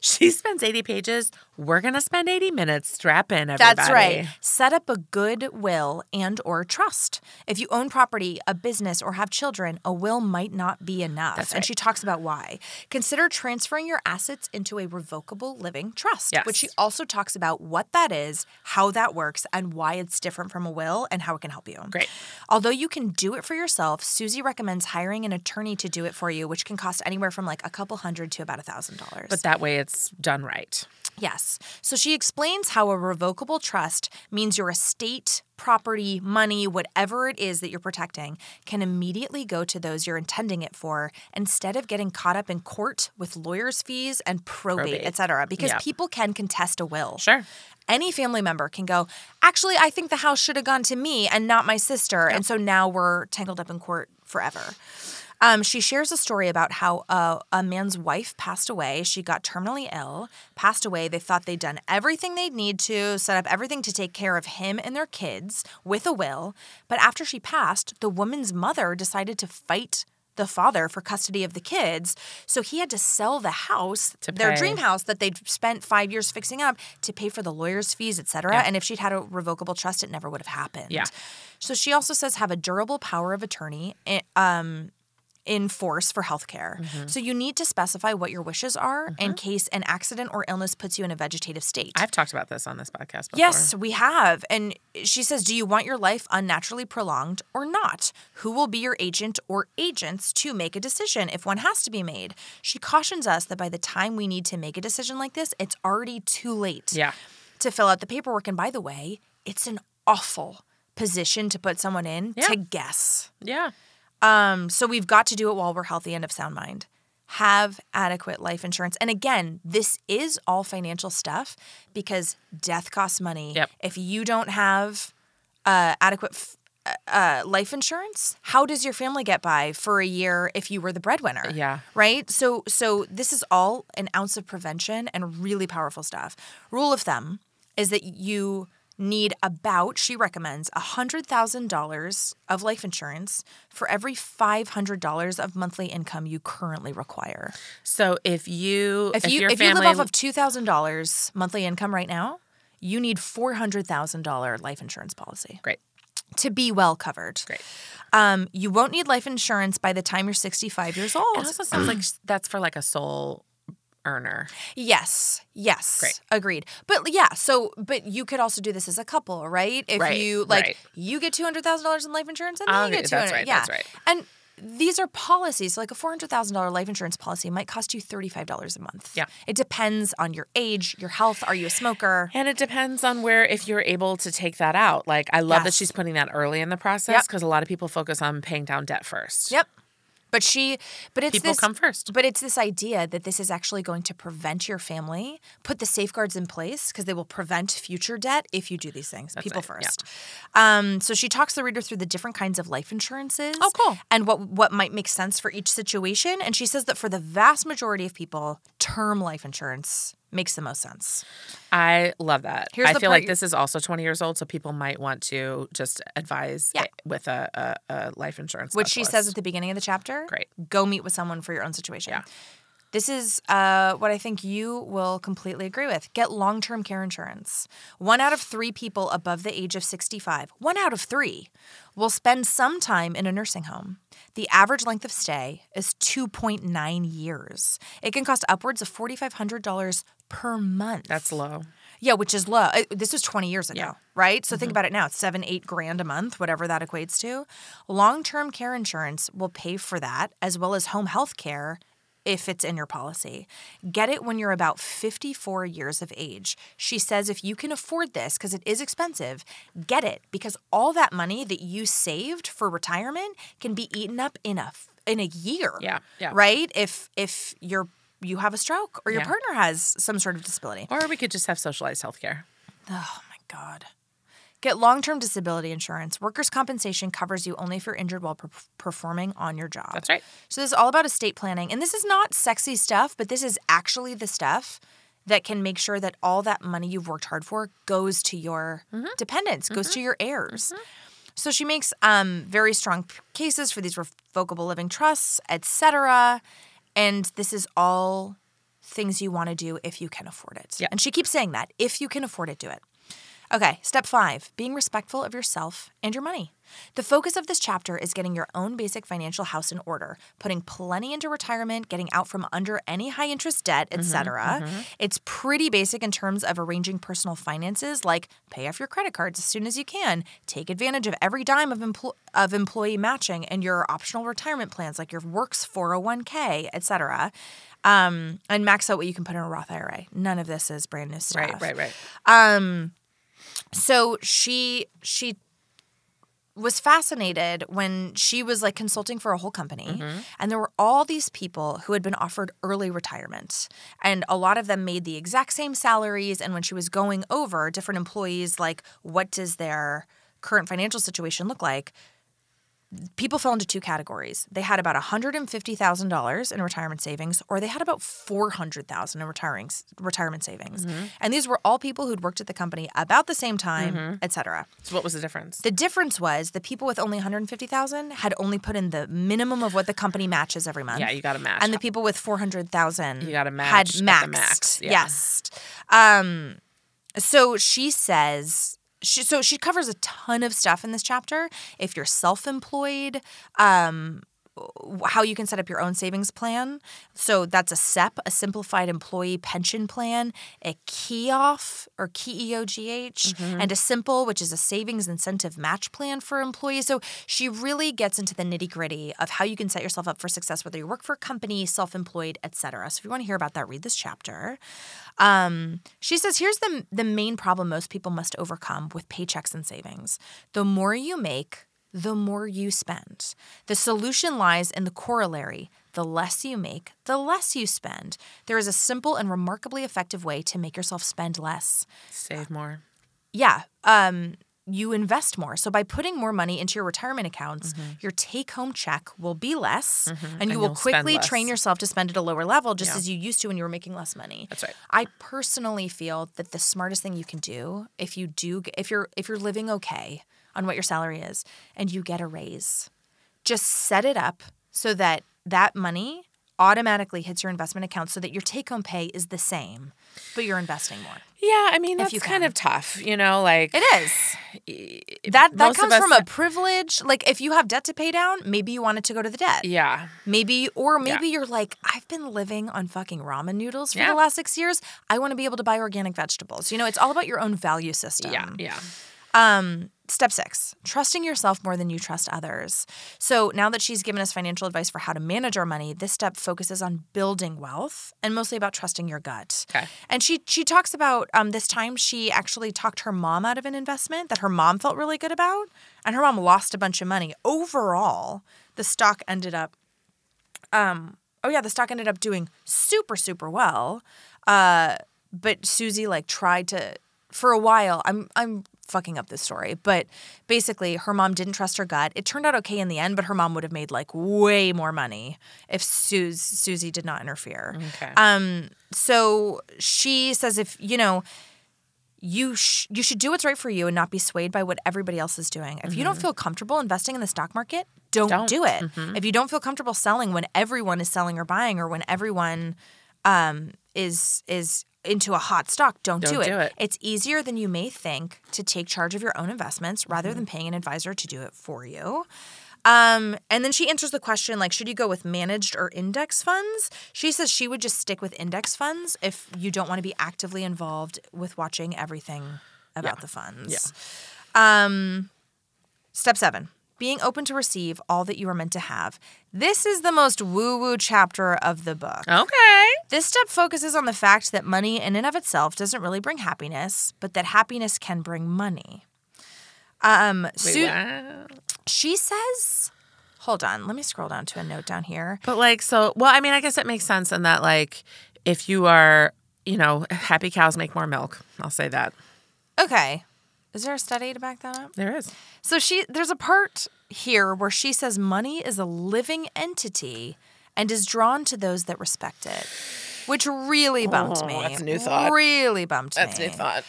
[SPEAKER 2] She spends 80 pages. We're going to spend 80 minutes. Strap in, everybody.
[SPEAKER 1] That's right. Set up a good will and or trust. If you own property, a business or have children, a will might not be enough. And
[SPEAKER 2] right.
[SPEAKER 1] she talks about why. Consider transferring your assets into a revocable living trust,
[SPEAKER 2] Yes.
[SPEAKER 1] which she also talks about what that is, how that works and why it's different from a will and how it can help you.
[SPEAKER 2] Great.
[SPEAKER 1] Although you can do it for yourself, Susie recommends hiring an attorney to do it for you, which can cost anywhere from like a couple hundred to about a thousand dollars.
[SPEAKER 2] But that way it's done right.
[SPEAKER 1] Yes. So she explains how a revocable trust means your estate, property, money, whatever it is that you're protecting, can immediately go to those you're intending it for instead of getting caught up in court with lawyers' fees and probate,
[SPEAKER 2] Probate.
[SPEAKER 1] et cetera, because
[SPEAKER 2] Yeah.
[SPEAKER 1] people can contest a will.
[SPEAKER 2] Sure.
[SPEAKER 1] Any family member can go, actually, I think the house should have gone to me and not my sister. And so now we're tangled up in court forever. Um, she shares a story about how uh, a man's wife passed away. She got terminally ill, passed away. They thought they'd done everything they'd need to, set up everything to take care of him and their kids with a will. But after she passed, the woman's mother decided to fight the father for custody of the kids. So he had to sell the house,
[SPEAKER 2] To
[SPEAKER 1] their
[SPEAKER 2] pay.
[SPEAKER 1] dream house that they'd spent five years fixing up to pay for the lawyer's fees, et cetera. And if she'd had a revocable trust, it never would have happened.
[SPEAKER 2] Yeah.
[SPEAKER 1] So she also says have a durable power of attorney eh, um, in force for healthcare. So you need to specify what your wishes are in case an accident or illness puts you in a vegetative state.
[SPEAKER 2] I've talked about this on this podcast before.
[SPEAKER 1] Yes, we have. And she says, Do you want your life unnaturally prolonged or not? Who will be your agent or agents to make a decision if one has to be made? She cautions us that by the time we need to make a decision like this, it's already too late
[SPEAKER 2] Yeah.
[SPEAKER 1] to fill out the paperwork. And by the way, it's an awful position to put someone in
[SPEAKER 2] Yeah.
[SPEAKER 1] to guess.
[SPEAKER 2] Yeah.
[SPEAKER 1] Um, so we've got to do it while we're healthy and of sound mind. Have adequate life insurance. And again, this is all financial stuff because death costs money.
[SPEAKER 2] Yep.
[SPEAKER 1] If you don't have uh, adequate f- uh, uh, life insurance, how does your family get by for a year if you were the breadwinner?
[SPEAKER 2] Yeah.
[SPEAKER 1] Right? So so this is all an ounce of prevention and really powerful stuff. Rule of thumb is that you need about she recommends $100,000 of life insurance for every $500 of monthly income you currently require.
[SPEAKER 2] So if you
[SPEAKER 1] If you
[SPEAKER 2] your
[SPEAKER 1] if
[SPEAKER 2] family,
[SPEAKER 1] you live off of $2,000 monthly income right now, you need $400,000 life insurance policy
[SPEAKER 2] great,
[SPEAKER 1] to be well covered.
[SPEAKER 2] great.
[SPEAKER 1] Um, you won't need life insurance by the time you're 65 years old.
[SPEAKER 2] It also sounds (clears throat) like that's for like a soul earner.
[SPEAKER 1] Yes. Yes.
[SPEAKER 2] Great.
[SPEAKER 1] Agreed. But yeah, so but you could also do this as a couple, right? If
[SPEAKER 2] Right,
[SPEAKER 1] you like
[SPEAKER 2] right.
[SPEAKER 1] you get two hundred thousand dollars in life insurance and then
[SPEAKER 2] Okay,
[SPEAKER 1] you get two
[SPEAKER 2] that's
[SPEAKER 1] hundred.
[SPEAKER 2] right,
[SPEAKER 1] yeah.
[SPEAKER 2] that's right.
[SPEAKER 1] And these are policies. So like a four hundred thousand dollar life insurance policy might cost you thirty five dollars a month.
[SPEAKER 2] Yeah.
[SPEAKER 1] It depends on your age, your health. Are you a smoker?
[SPEAKER 2] And it depends on where if you're able to take that out. Like I love that
[SPEAKER 1] Yes.
[SPEAKER 2] she's putting that early in the process
[SPEAKER 1] Yep.
[SPEAKER 2] because a lot of people focus on paying down debt first.
[SPEAKER 1] Yep. But she but it's
[SPEAKER 2] People
[SPEAKER 1] this
[SPEAKER 2] come first.
[SPEAKER 1] But it's this idea that this is actually going to prevent your family, put the safeguards in place because they will prevent future debt if you do these things. people
[SPEAKER 2] it, yeah.
[SPEAKER 1] first. Um, so she talks the reader through the different kinds of life insurances.
[SPEAKER 2] Oh, cool.
[SPEAKER 1] And what what might make sense for each situation. And she says that for the vast majority of people, term life insurance makes the most sense.
[SPEAKER 2] I love that.
[SPEAKER 1] Here's
[SPEAKER 2] I
[SPEAKER 1] the
[SPEAKER 2] feel
[SPEAKER 1] part
[SPEAKER 2] like
[SPEAKER 1] you-
[SPEAKER 2] this is also 20 years old, so people might want to just advise
[SPEAKER 1] Yeah.
[SPEAKER 2] it with a, a, a life insurance.
[SPEAKER 1] Which she says
[SPEAKER 2] specialist.
[SPEAKER 1] at the beginning of the chapter.
[SPEAKER 2] Great.
[SPEAKER 1] Go meet with someone for your own situation.
[SPEAKER 2] Yeah.
[SPEAKER 1] This is uh, what I think you will completely agree with. Get long term care insurance. One out of three people above the age of 65, one out of three, will spend some time in a nursing home. The average length of stay is 2.9 years. It can cost upwards of $4,500 per month.
[SPEAKER 2] that's low.
[SPEAKER 1] Yeah, which is low. Uh, This was 20 years ago,
[SPEAKER 2] Yeah. Mm-hmm.
[SPEAKER 1] right? So think about it now. It's seven, eight grand a month, whatever that equates to. Long term care insurance will pay for that, as well as home health care if it's in your policy. Get it when you're about 54 years of age. She says if you can afford this, because it is expensive, get it because all that money that you saved for retirement can be eaten up in a f- in a year.
[SPEAKER 2] Yeah, yeah.
[SPEAKER 1] Right? If if you're you have a stroke or your
[SPEAKER 2] Yeah.
[SPEAKER 1] partner has some sort of disability.
[SPEAKER 2] Or we could just have socialized healthcare.
[SPEAKER 1] Oh my God. Get long term disability insurance. Workers' compensation covers you only if you're injured while per- performing on your job.
[SPEAKER 2] That's right.
[SPEAKER 1] So, this is all about estate planning. And this is not sexy stuff, but this is actually the stuff that can make sure that all that money you've worked hard for goes to your
[SPEAKER 2] Mm-hmm.
[SPEAKER 1] dependents, goes to your heirs. So she makes um, very strong p- cases for these revocable living trusts, etc. And this is all things you want to do if you can afford it.
[SPEAKER 2] Yeah.
[SPEAKER 1] And she keeps saying that if you can afford it, do it. Okay, step five being respectful of yourself and your money. The focus of this chapter is getting your own basic financial house in order, putting plenty into retirement, getting out from under any high interest debt,
[SPEAKER 2] Mm-hmm,
[SPEAKER 1] etc. It's pretty basic in terms of arranging personal finances, like pay off your credit cards as soon as you can, take advantage of every dime of, empl- of employee matching and your optional retirement plans, like your works 401k, etc. Um, and max out what you can put in a Roth IRA. None of this is brand new stuff
[SPEAKER 2] Right, right, right.
[SPEAKER 1] so she she was fascinated when she was like consulting for a whole company and there were all these people who had been offered early retirement and a lot of them made the exact same salaries and when she was going over different employees like what does their current financial situation look like people fell into two categories. They had about $150,000 in retirement savings, or they had about 400,000 in retiring retirement savings.
[SPEAKER 2] Mm-hmm.
[SPEAKER 1] And these were all people who'd worked at the company about the same time,
[SPEAKER 2] Mm-hmm.
[SPEAKER 1] et cetera.
[SPEAKER 2] So what was the difference?
[SPEAKER 1] The difference was the people with only 150,000 had only put in the minimum of what the company matches every month.
[SPEAKER 2] Yeah, you gotta match.
[SPEAKER 1] And the people with 400,000
[SPEAKER 2] You gotta
[SPEAKER 1] had
[SPEAKER 2] match at the
[SPEAKER 1] maxed.
[SPEAKER 2] max, yeah.
[SPEAKER 1] Yes. Um so she says she, so she covers a ton of stuff in this chapter. If you're self-employed, um w- how you can set up your own savings plan. So that's a SEP, a simplified employee pension plan, a KEOF or E KEOGH, and a SIMPLE, which is a savings incentive match plan for employees. So she really gets into the nitty gritty of how you can set yourself up for success, whether you work for a company, self employed, et cetera. So if you want to hear about that, read this chapter. Um, she says here's the, the main problem most people must overcome with paychecks and savings the more you make, the more you spend. The solution lies in the corollary the less you make, the less you spend. There is a simple and remarkably effective way to make yourself spend less.
[SPEAKER 2] Save more.
[SPEAKER 1] Yeah. Um, you invest more. So by putting more money into your retirement accounts, your take-home check will be less, and you
[SPEAKER 2] Mm-hmm. And
[SPEAKER 1] will
[SPEAKER 2] you'll spend
[SPEAKER 1] quickly
[SPEAKER 2] less.
[SPEAKER 1] train yourself to spend at a lower level, just
[SPEAKER 2] Yeah.
[SPEAKER 1] as you used to when you were making less money.
[SPEAKER 2] That's right.
[SPEAKER 1] I personally feel that the smartest thing you can do, if you do, g- if you're if you're living okay on what your salary is, and you get a raise, just set it up so that that money automatically hits your investment account, so that your take-home pay is the same, but you're investing more.
[SPEAKER 2] Yeah, I mean that's
[SPEAKER 1] you can.
[SPEAKER 2] kind of tough, you know, like
[SPEAKER 1] It is. That that
[SPEAKER 2] E, most of
[SPEAKER 1] comes
[SPEAKER 2] us-
[SPEAKER 1] from a privilege. Like if you have debt to pay down, maybe you want it to go to the debt.
[SPEAKER 2] E, yeah.
[SPEAKER 1] Maybe or maybe you're like, I've been living on fucking ramen noodles for
[SPEAKER 2] Yeah.
[SPEAKER 1] the last six years. I want to be able to buy organic vegetables. You know, it's all about your own value system.
[SPEAKER 2] Yeah, yeah.
[SPEAKER 1] Um, step six, trusting yourself more than you trust others. So now that she's given us financial advice for how to manage our money, this step focuses on building wealth and mostly about trusting your gut.
[SPEAKER 2] Okay.
[SPEAKER 1] And she she talks about um, this time she actually talked her mom out of an investment that her mom felt really good about, and her mom lost a bunch of money. Overall, the stock ended up oh yeah, the stock ended up doing super super well. Uh, but Susie like tried to for a while. I'm I'm fucking up this story, but basically her mom didn't trust her gut. It turned out okay in the end, but her mom would have made like way more money if Sus- Susie did not interfere.
[SPEAKER 2] Okay.
[SPEAKER 1] Um, so she says if you know you sh- you should do what's right for you and not be swayed by what everybody else is doing. If you don't feel comfortable investing in the stock market, don't,
[SPEAKER 2] Mm-hmm. Don't. Mm-hmm.
[SPEAKER 1] do it. If you don't feel comfortable selling when everyone is selling or buying or when everyone um, is is into a hot stock, don't,
[SPEAKER 2] Don't do it.
[SPEAKER 1] It's easier than you may think to take charge of your own investments rather
[SPEAKER 2] Mm-hmm.
[SPEAKER 1] than paying an advisor to do it for you. Um, and then she answers the question like, should you go with managed or index funds? She says she would just stick with index funds if you don't want to be actively involved with watching everything about the funds. Um, step seven. Being open to receive all that you are meant to have. This is the most woo woo chapter of the book.
[SPEAKER 2] okay.
[SPEAKER 1] This step focuses on the fact that money in and of itself doesn't really bring happiness, but that happiness can bring money. Um,
[SPEAKER 2] Wait,
[SPEAKER 1] Su-
[SPEAKER 2] what?
[SPEAKER 1] she says, hold on, let me scroll down to a note down here.
[SPEAKER 2] But like, so well, I mean, I guess it makes sense in that, like, if you are, you know, happy cows make more milk. I'll say that
[SPEAKER 1] Okay. Is there a study to back that up?
[SPEAKER 2] there is.
[SPEAKER 1] So she there's a part here where she says money is a living entity and is drawn to those that respect it. Which really bumped
[SPEAKER 2] Oh,
[SPEAKER 1] me.
[SPEAKER 2] that's a new thought.
[SPEAKER 1] Really bumped me.
[SPEAKER 2] thought.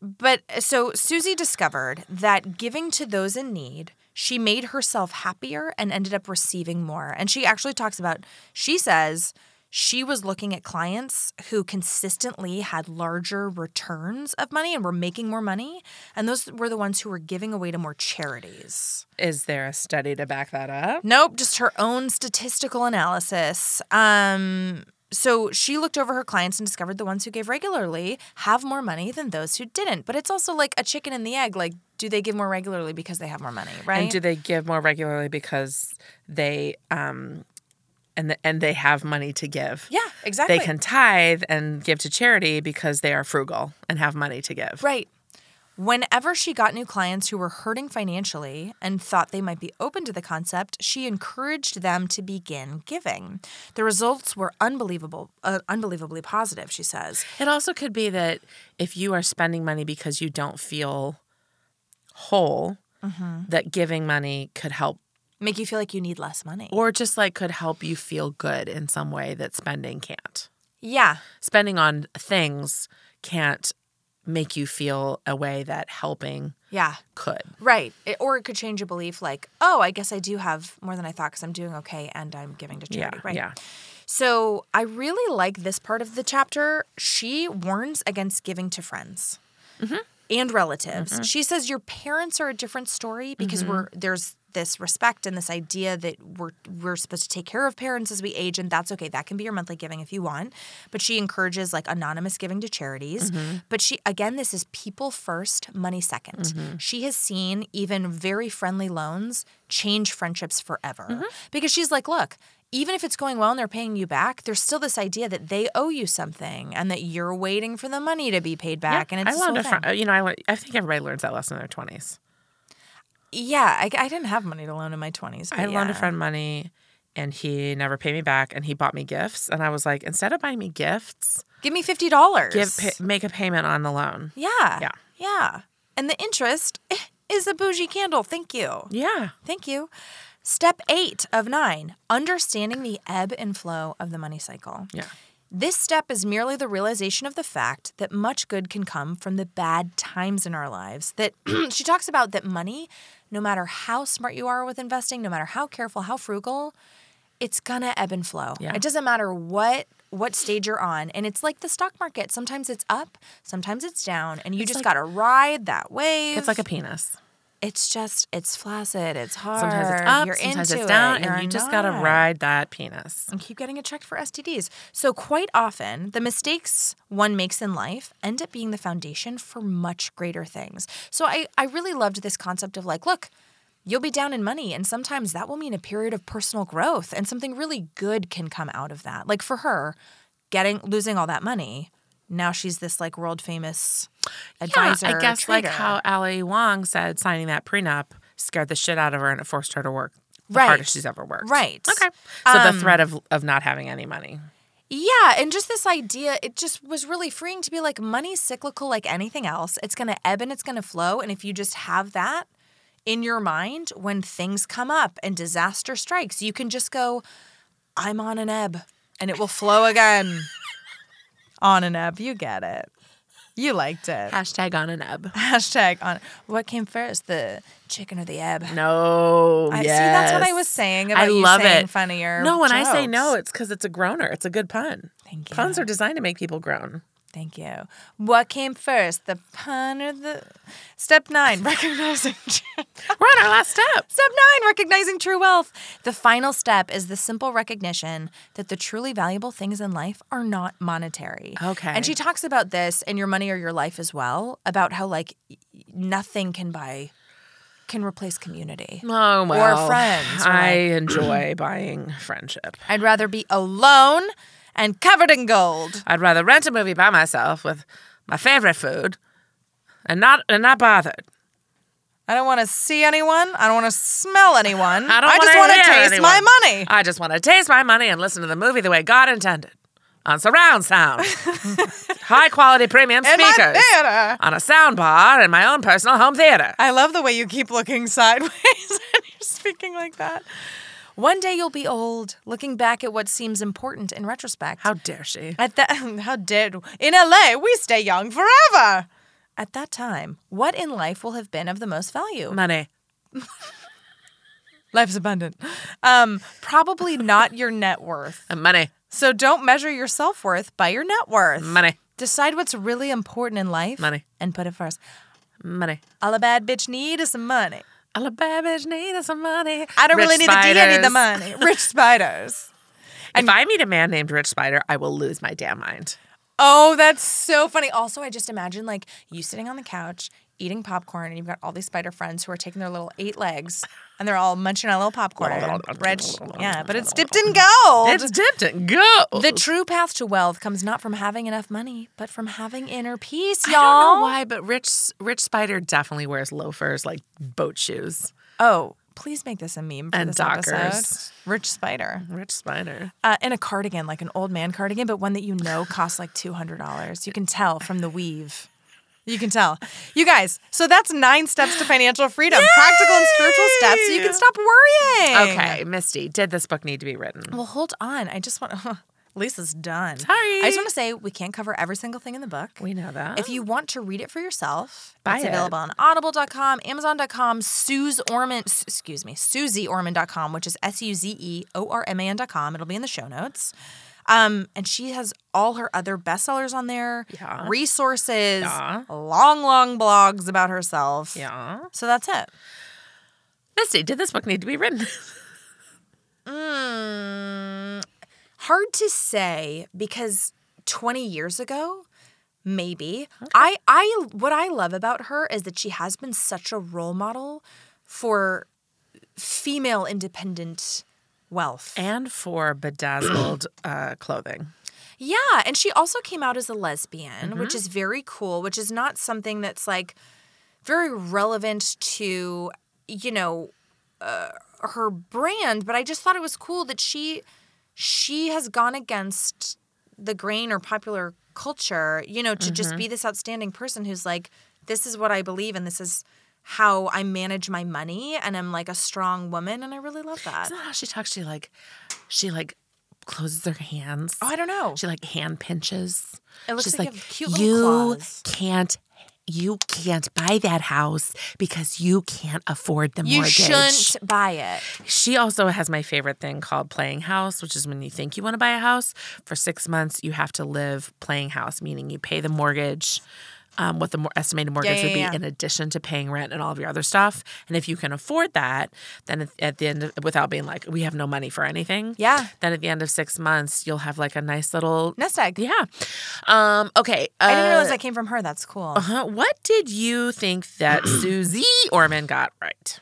[SPEAKER 1] But uh, so Susie discovered that giving to those in need, she made herself happier and ended up receiving more. And she actually talks about, she says, she was looking at clients who consistently had larger returns of money and were making more money. And those were the ones who were giving away to more charities.
[SPEAKER 2] Is there a study to back that up?
[SPEAKER 1] Nope, just her own statistical analysis. Um, so she looked over her clients and discovered the ones who gave regularly have more money than those who didn't. But it's also like a chicken and the egg. Like, do they give more regularly because they have more money, right?
[SPEAKER 2] And do they give more regularly because they um and the, and they have money to give?
[SPEAKER 1] yeah, exactly.
[SPEAKER 2] They can tithe and give to charity because they are frugal and have money to give.
[SPEAKER 1] Right. Whenever she got new clients who were hurting financially and thought they might be open to the concept, she encouraged them to begin giving. The results were unbelievable, uh, unbelievably positive, she says.
[SPEAKER 2] It also could be that if you are spending money because you don't feel whole, that giving money could help
[SPEAKER 1] Make you feel like you need less money.
[SPEAKER 2] or just like could help you feel good in some way that spending can't.
[SPEAKER 1] yeah.
[SPEAKER 2] Spending on things can't make you feel a way that helping
[SPEAKER 1] Yeah.
[SPEAKER 2] could.
[SPEAKER 1] Right. It, or it could change a belief like, oh, I guess I do have more than I thought because I'm doing okay and I'm giving to charity.
[SPEAKER 2] Yeah.
[SPEAKER 1] right.
[SPEAKER 2] Yeah.
[SPEAKER 1] So I really like this part of the chapter. She warns against giving to friends and relatives.
[SPEAKER 2] Mm-hmm.
[SPEAKER 1] She says your parents are a different story because we're there's this respect and this idea that we're we're supposed to take care of parents as we age and that's okay that can be your monthly giving if you want but she encourages like anonymous giving to charities
[SPEAKER 2] Mm-hmm.
[SPEAKER 1] but she again this is people first money 2nd
[SPEAKER 2] Mm-hmm.
[SPEAKER 1] she has seen even very friendly loans change friendships forever
[SPEAKER 2] Mm-hmm.
[SPEAKER 1] because she's like look even if it's going well and they're paying you back, there's still this idea that they owe you something and that you're waiting for the money to be paid back. and it's
[SPEAKER 2] I
[SPEAKER 1] this
[SPEAKER 2] learned
[SPEAKER 1] whole
[SPEAKER 2] a
[SPEAKER 1] thing.
[SPEAKER 2] fr- you know I, learned- I think everybody learns that lesson in their 20s.
[SPEAKER 1] Yeah, I, I didn't have money to loan in my 20s.
[SPEAKER 2] I
[SPEAKER 1] but
[SPEAKER 2] loaned a
[SPEAKER 1] yeah.
[SPEAKER 2] friend money and he never paid me back and he bought me gifts and I was like instead of buying me gifts,
[SPEAKER 1] Give me $50.
[SPEAKER 2] give pay, make a payment on the loan.
[SPEAKER 1] yeah.
[SPEAKER 2] Yeah.
[SPEAKER 1] Yeah. And the interest (laughs) is a bougie candle. Thank you.
[SPEAKER 2] Yeah.
[SPEAKER 1] Thank you. Step eight of nine understanding the ebb and flow of the money cycle.
[SPEAKER 2] Yeah.
[SPEAKER 1] This step is merely the realization of the fact that much good can come from the bad times in our lives. That (clears throat) she talks about that money, no matter how smart you are with investing, no matter how careful, how frugal, it's gonna ebb and flow.
[SPEAKER 2] Yeah.
[SPEAKER 1] It doesn't matter what what stage you're on. And it's like the stock market. Sometimes it's up, sometimes it's down, and you just
[SPEAKER 2] like-
[SPEAKER 1] gotta ride that wave.
[SPEAKER 2] It's like a penis.
[SPEAKER 1] it's just it's flaccid, it's hard.
[SPEAKER 2] Sometimes it's up,
[SPEAKER 1] you're
[SPEAKER 2] sometimes
[SPEAKER 1] into
[SPEAKER 2] it's
[SPEAKER 1] it,
[SPEAKER 2] down,
[SPEAKER 1] you're
[SPEAKER 2] and you just gotta
[SPEAKER 1] not.
[SPEAKER 2] ride that penis.
[SPEAKER 1] and keep getting it checked for STDs. So, quite often, the mistakes one makes in life end up being the foundation for much greater things. So, I, I really loved this concept of like, look, you'll be down in money, and sometimes that will mean a period of personal growth, and something really good can come out of that. Like for her, getting losing all that money. Now she's this like world famous advisor.
[SPEAKER 2] I guess like
[SPEAKER 1] trader.
[SPEAKER 2] how Ali Wong said signing that prenup scared the shit out of her and it forced her to work the
[SPEAKER 1] Right.
[SPEAKER 2] hardest she's ever worked.
[SPEAKER 1] Right.
[SPEAKER 2] Okay. So the threat of of not having any money.
[SPEAKER 1] Yeah, and just this idea, it just was really freeing to be like money's cyclical like anything else. It's going to ebb and it's going to flow and if you just have that in your mind when things come up and disaster strikes, you can just go I'm on an ebb and it will flow again. on an ebb, you get it. You liked it.
[SPEAKER 2] Hashtag on an ebb.
[SPEAKER 1] Hashtag on what came first, the chicken or the ebb?
[SPEAKER 2] No.
[SPEAKER 1] I see. That's what I
[SPEAKER 2] yes.
[SPEAKER 1] was saying about
[SPEAKER 2] I
[SPEAKER 1] you
[SPEAKER 2] love
[SPEAKER 1] saying
[SPEAKER 2] it.
[SPEAKER 1] funnier
[SPEAKER 2] No, when I say
[SPEAKER 1] jokes.
[SPEAKER 2] no, it's because it's a groaner. It's a good pun.
[SPEAKER 1] Thank you.
[SPEAKER 2] Puns are designed to make people groan.
[SPEAKER 1] Thank you. What came first, the pun or the step nine? (laughs) Recognizing step
[SPEAKER 2] We're on our last step.
[SPEAKER 1] nine, recognizing true wealth. The final step is the simple recognition that the truly valuable things in life are not monetary.
[SPEAKER 2] Okay.
[SPEAKER 1] And she talks about this in your money or your life as well about how like y- y- nothing can buy, can replace community.
[SPEAKER 2] Oh well.
[SPEAKER 1] friends, or
[SPEAKER 2] I
[SPEAKER 1] (clears throat)
[SPEAKER 2] enjoy buying friendship.
[SPEAKER 1] I'd rather be alone and covered in gold.
[SPEAKER 2] I'd rather rent a movie by myself with my favorite food, and not and not bothered.
[SPEAKER 1] I don't want to see anyone. I don't want to smell anyone.
[SPEAKER 2] I don't.
[SPEAKER 1] just
[SPEAKER 2] want to
[SPEAKER 1] taste my money.
[SPEAKER 2] I just want to taste my money and listen to the movie the way God intended, on surround
[SPEAKER 1] (laughs)
[SPEAKER 2] sound, high quality premium
[SPEAKER 1] In my
[SPEAKER 2] speakers,
[SPEAKER 1] theater.
[SPEAKER 2] on a sound bar in my own personal home theater.
[SPEAKER 1] I love the way you keep looking sideways (laughs) and you're speaking like that. One day you'll be old, looking back at what seems important in retrospect.
[SPEAKER 2] How dare she?
[SPEAKER 1] at that (laughs) how did in LA we stay young forever. At that time, what in life will have been of the most value?
[SPEAKER 2] Money.
[SPEAKER 1] Life's abundant. Um,
[SPEAKER 2] (laughs)
[SPEAKER 1] probably not your net worth.
[SPEAKER 2] Uh, Money.
[SPEAKER 1] So don't measure your self worth by your net worth.
[SPEAKER 2] Money.
[SPEAKER 1] Decide what's really important in life
[SPEAKER 2] Money.
[SPEAKER 1] and put it first.
[SPEAKER 2] Money.
[SPEAKER 1] All a bad bitch need is some money.
[SPEAKER 2] All the babies need is some money.
[SPEAKER 1] I don't
[SPEAKER 2] Rich
[SPEAKER 1] really need the D, I need the
[SPEAKER 2] spiders.
[SPEAKER 1] money. (laughs) Rich spiders.
[SPEAKER 2] If I meet a man named Rich Spider, I will lose my damn mind.
[SPEAKER 1] Oh, that's so funny. Also, I just imagine like you sitting on the couch eating popcorn and you've got all these spider friends who are taking their little eight legs and they're all munching on little popcorn. Rich, yeah, but it's dipped in gold.
[SPEAKER 2] It's dipped and go.
[SPEAKER 1] the true path to wealth comes not from having enough money, but from having inner peace,
[SPEAKER 2] I
[SPEAKER 1] y'all.
[SPEAKER 2] don't know why, but Rich Rich Spider definitely wears loafers like boat shoes.
[SPEAKER 1] Oh, please make this a meme for
[SPEAKER 2] And
[SPEAKER 1] this
[SPEAKER 2] Dockers.
[SPEAKER 1] episode. Rich spider.
[SPEAKER 2] Rich Spider.
[SPEAKER 1] Uh, and a cardigan, like an old man cardigan, but one that you know costs like $200. You can tell from the weave. You can tell. You guys, so that's nine steps to financial freedom, practical and spiritual steps so you can stop worrying.
[SPEAKER 2] Okay, Misty, did this book need to be written?
[SPEAKER 1] Well, hold on. I just want (laughs) Lisa's done.
[SPEAKER 2] Sorry.
[SPEAKER 1] I just want to say we can't cover every single thing in the book.
[SPEAKER 2] We know that.
[SPEAKER 1] If you want to read it for yourself,
[SPEAKER 2] Oh. Buy
[SPEAKER 1] it's
[SPEAKER 2] it.
[SPEAKER 1] available on audible.com, amazon.com, Suze Orman, s- excuse me, susieorman.com, which is S U Z E O R M A N.com. It'll be in the show notes. Um, and she has all her other bestsellers on there,
[SPEAKER 2] Yeah.
[SPEAKER 1] resources,
[SPEAKER 2] Yeah.
[SPEAKER 1] long, long blogs about herself.
[SPEAKER 2] yeah.
[SPEAKER 1] So that's it.
[SPEAKER 2] Misty, did this book need to be written?
[SPEAKER 1] Hard to say because 20 years ago, maybe. I I what I love about her is that she has been such a role model for female independent wealth.
[SPEAKER 2] and for bedazzled uh, clothing.
[SPEAKER 1] Yeah, and she also came out as a lesbian,
[SPEAKER 2] Mm-hmm.
[SPEAKER 1] which is very cool, which is not something that's like very relevant to, you know, uh, her brand, but I just thought it was cool that she she has gone against the grain or popular culture, you know, to
[SPEAKER 2] Mm-hmm.
[SPEAKER 1] just be this outstanding person who's like this is what I believe and this is how I manage my money and I'm like a strong woman and I really love that.
[SPEAKER 2] Isn't that how she talks? She like, she like closes her hands.
[SPEAKER 1] Oh, I don't know.
[SPEAKER 2] She like hand pinches.
[SPEAKER 1] It looks
[SPEAKER 2] She's
[SPEAKER 1] like
[SPEAKER 2] like,
[SPEAKER 1] you have cute little
[SPEAKER 2] you
[SPEAKER 1] claws."
[SPEAKER 2] can't, you can't buy that house because you can't afford the
[SPEAKER 1] You
[SPEAKER 2] mortgage.
[SPEAKER 1] shouldn't buy it.
[SPEAKER 2] She also has my favorite thing called playing house, which is when you think you want to buy a house. For six months, you have to live playing house, meaning you pay the mortgage, um, what the mor- estimated mortgage
[SPEAKER 1] yeah,
[SPEAKER 2] would be,
[SPEAKER 1] yeah.
[SPEAKER 2] in addition to paying rent and all of your other stuff. And if you can afford that, then at, at the end, of, without being like, we have no money for anything.
[SPEAKER 1] Yeah.
[SPEAKER 2] Then at the end of six months, you'll have like a nice little.
[SPEAKER 1] Nest egg.
[SPEAKER 2] Yeah. Um, okay. Uh,
[SPEAKER 1] I didn't realize that came from her. That's cool.
[SPEAKER 2] huh, what did you
[SPEAKER 1] (clears throat)
[SPEAKER 2] think that Susie Orman got right?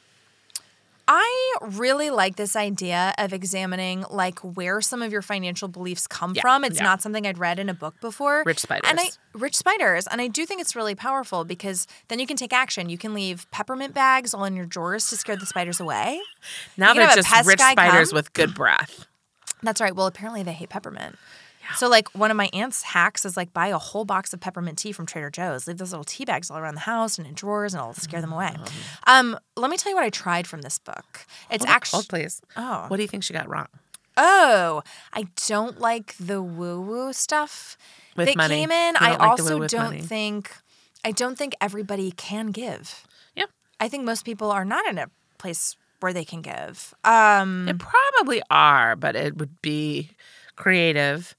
[SPEAKER 1] I really like this idea of examining like where some of your financial beliefs come from. It's
[SPEAKER 2] yeah.
[SPEAKER 1] not something I'd read in a book before.
[SPEAKER 2] Rich spiders.
[SPEAKER 1] And I rich spiders. And I do think it's really powerful because then you can take action. You can leave peppermint bags all in your drawers to scare the spiders away.
[SPEAKER 2] Now
[SPEAKER 1] You can
[SPEAKER 2] they're
[SPEAKER 1] have a
[SPEAKER 2] just
[SPEAKER 1] pest
[SPEAKER 2] rich
[SPEAKER 1] guy
[SPEAKER 2] spiders
[SPEAKER 1] come.
[SPEAKER 2] with good breath.
[SPEAKER 1] That's right. Well, apparently they hate peppermint. So like one of my aunt's hacks is like buy a whole box of peppermint tea from Trader Joe's. Leave those little tea bags all around the house and in drawers, and it'll scare them
[SPEAKER 2] Mm-hmm.
[SPEAKER 1] away. Um, let me tell you what I tried from this book. It's actually
[SPEAKER 2] Hold, please.
[SPEAKER 1] Oh.
[SPEAKER 2] What do you think she got wrong?
[SPEAKER 1] Oh, I don't like the woo woo stuff
[SPEAKER 2] With
[SPEAKER 1] that
[SPEAKER 2] money.
[SPEAKER 1] came in.
[SPEAKER 2] You
[SPEAKER 1] I
[SPEAKER 2] don't like the
[SPEAKER 1] also
[SPEAKER 2] woo with
[SPEAKER 1] don't
[SPEAKER 2] money.
[SPEAKER 1] think I don't think everybody can give.
[SPEAKER 2] Yeah.
[SPEAKER 1] I think most people are not in a place where they can give. Um
[SPEAKER 2] They probably are, but it would be creative.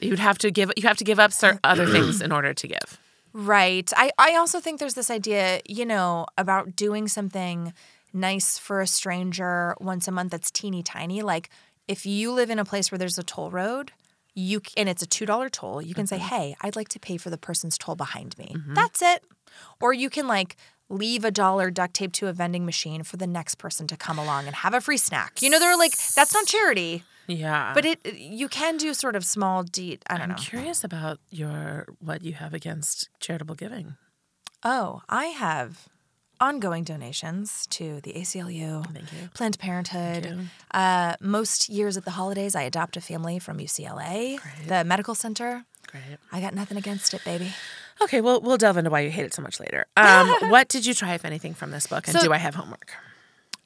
[SPEAKER 2] You'd have to give you have to give up (clears throat) certain other things in order to give.
[SPEAKER 1] right. I I also think there's this idea, you know, about doing something nice for a stranger once a month that's teeny tiny like if you live in a place where there's a toll road, you c- and it's a $2 toll, you can say, "Hey, I'd like to pay for the person's toll behind me." That's it. Or you can like leave a dollar duct tape to a vending machine for the next person to come along and have a free snack. You know, they're like that's not charity,
[SPEAKER 2] Yeah.
[SPEAKER 1] but it you can do sort of small deed, I don't
[SPEAKER 2] I'm
[SPEAKER 1] know.
[SPEAKER 2] curious about your what you have against charitable giving.
[SPEAKER 1] Oh, I have ongoing donations to the ACLU, Planned Parenthood. Uh, most years at the holidays, I adopt a family from UCLA, the medical center.
[SPEAKER 2] Great.
[SPEAKER 1] I got nothing against it, baby.
[SPEAKER 2] Okay, well we'll delve into why you hate it so much later. (laughs) Um, what did you try, if anything, from this book? And
[SPEAKER 1] So-
[SPEAKER 2] do I have homework?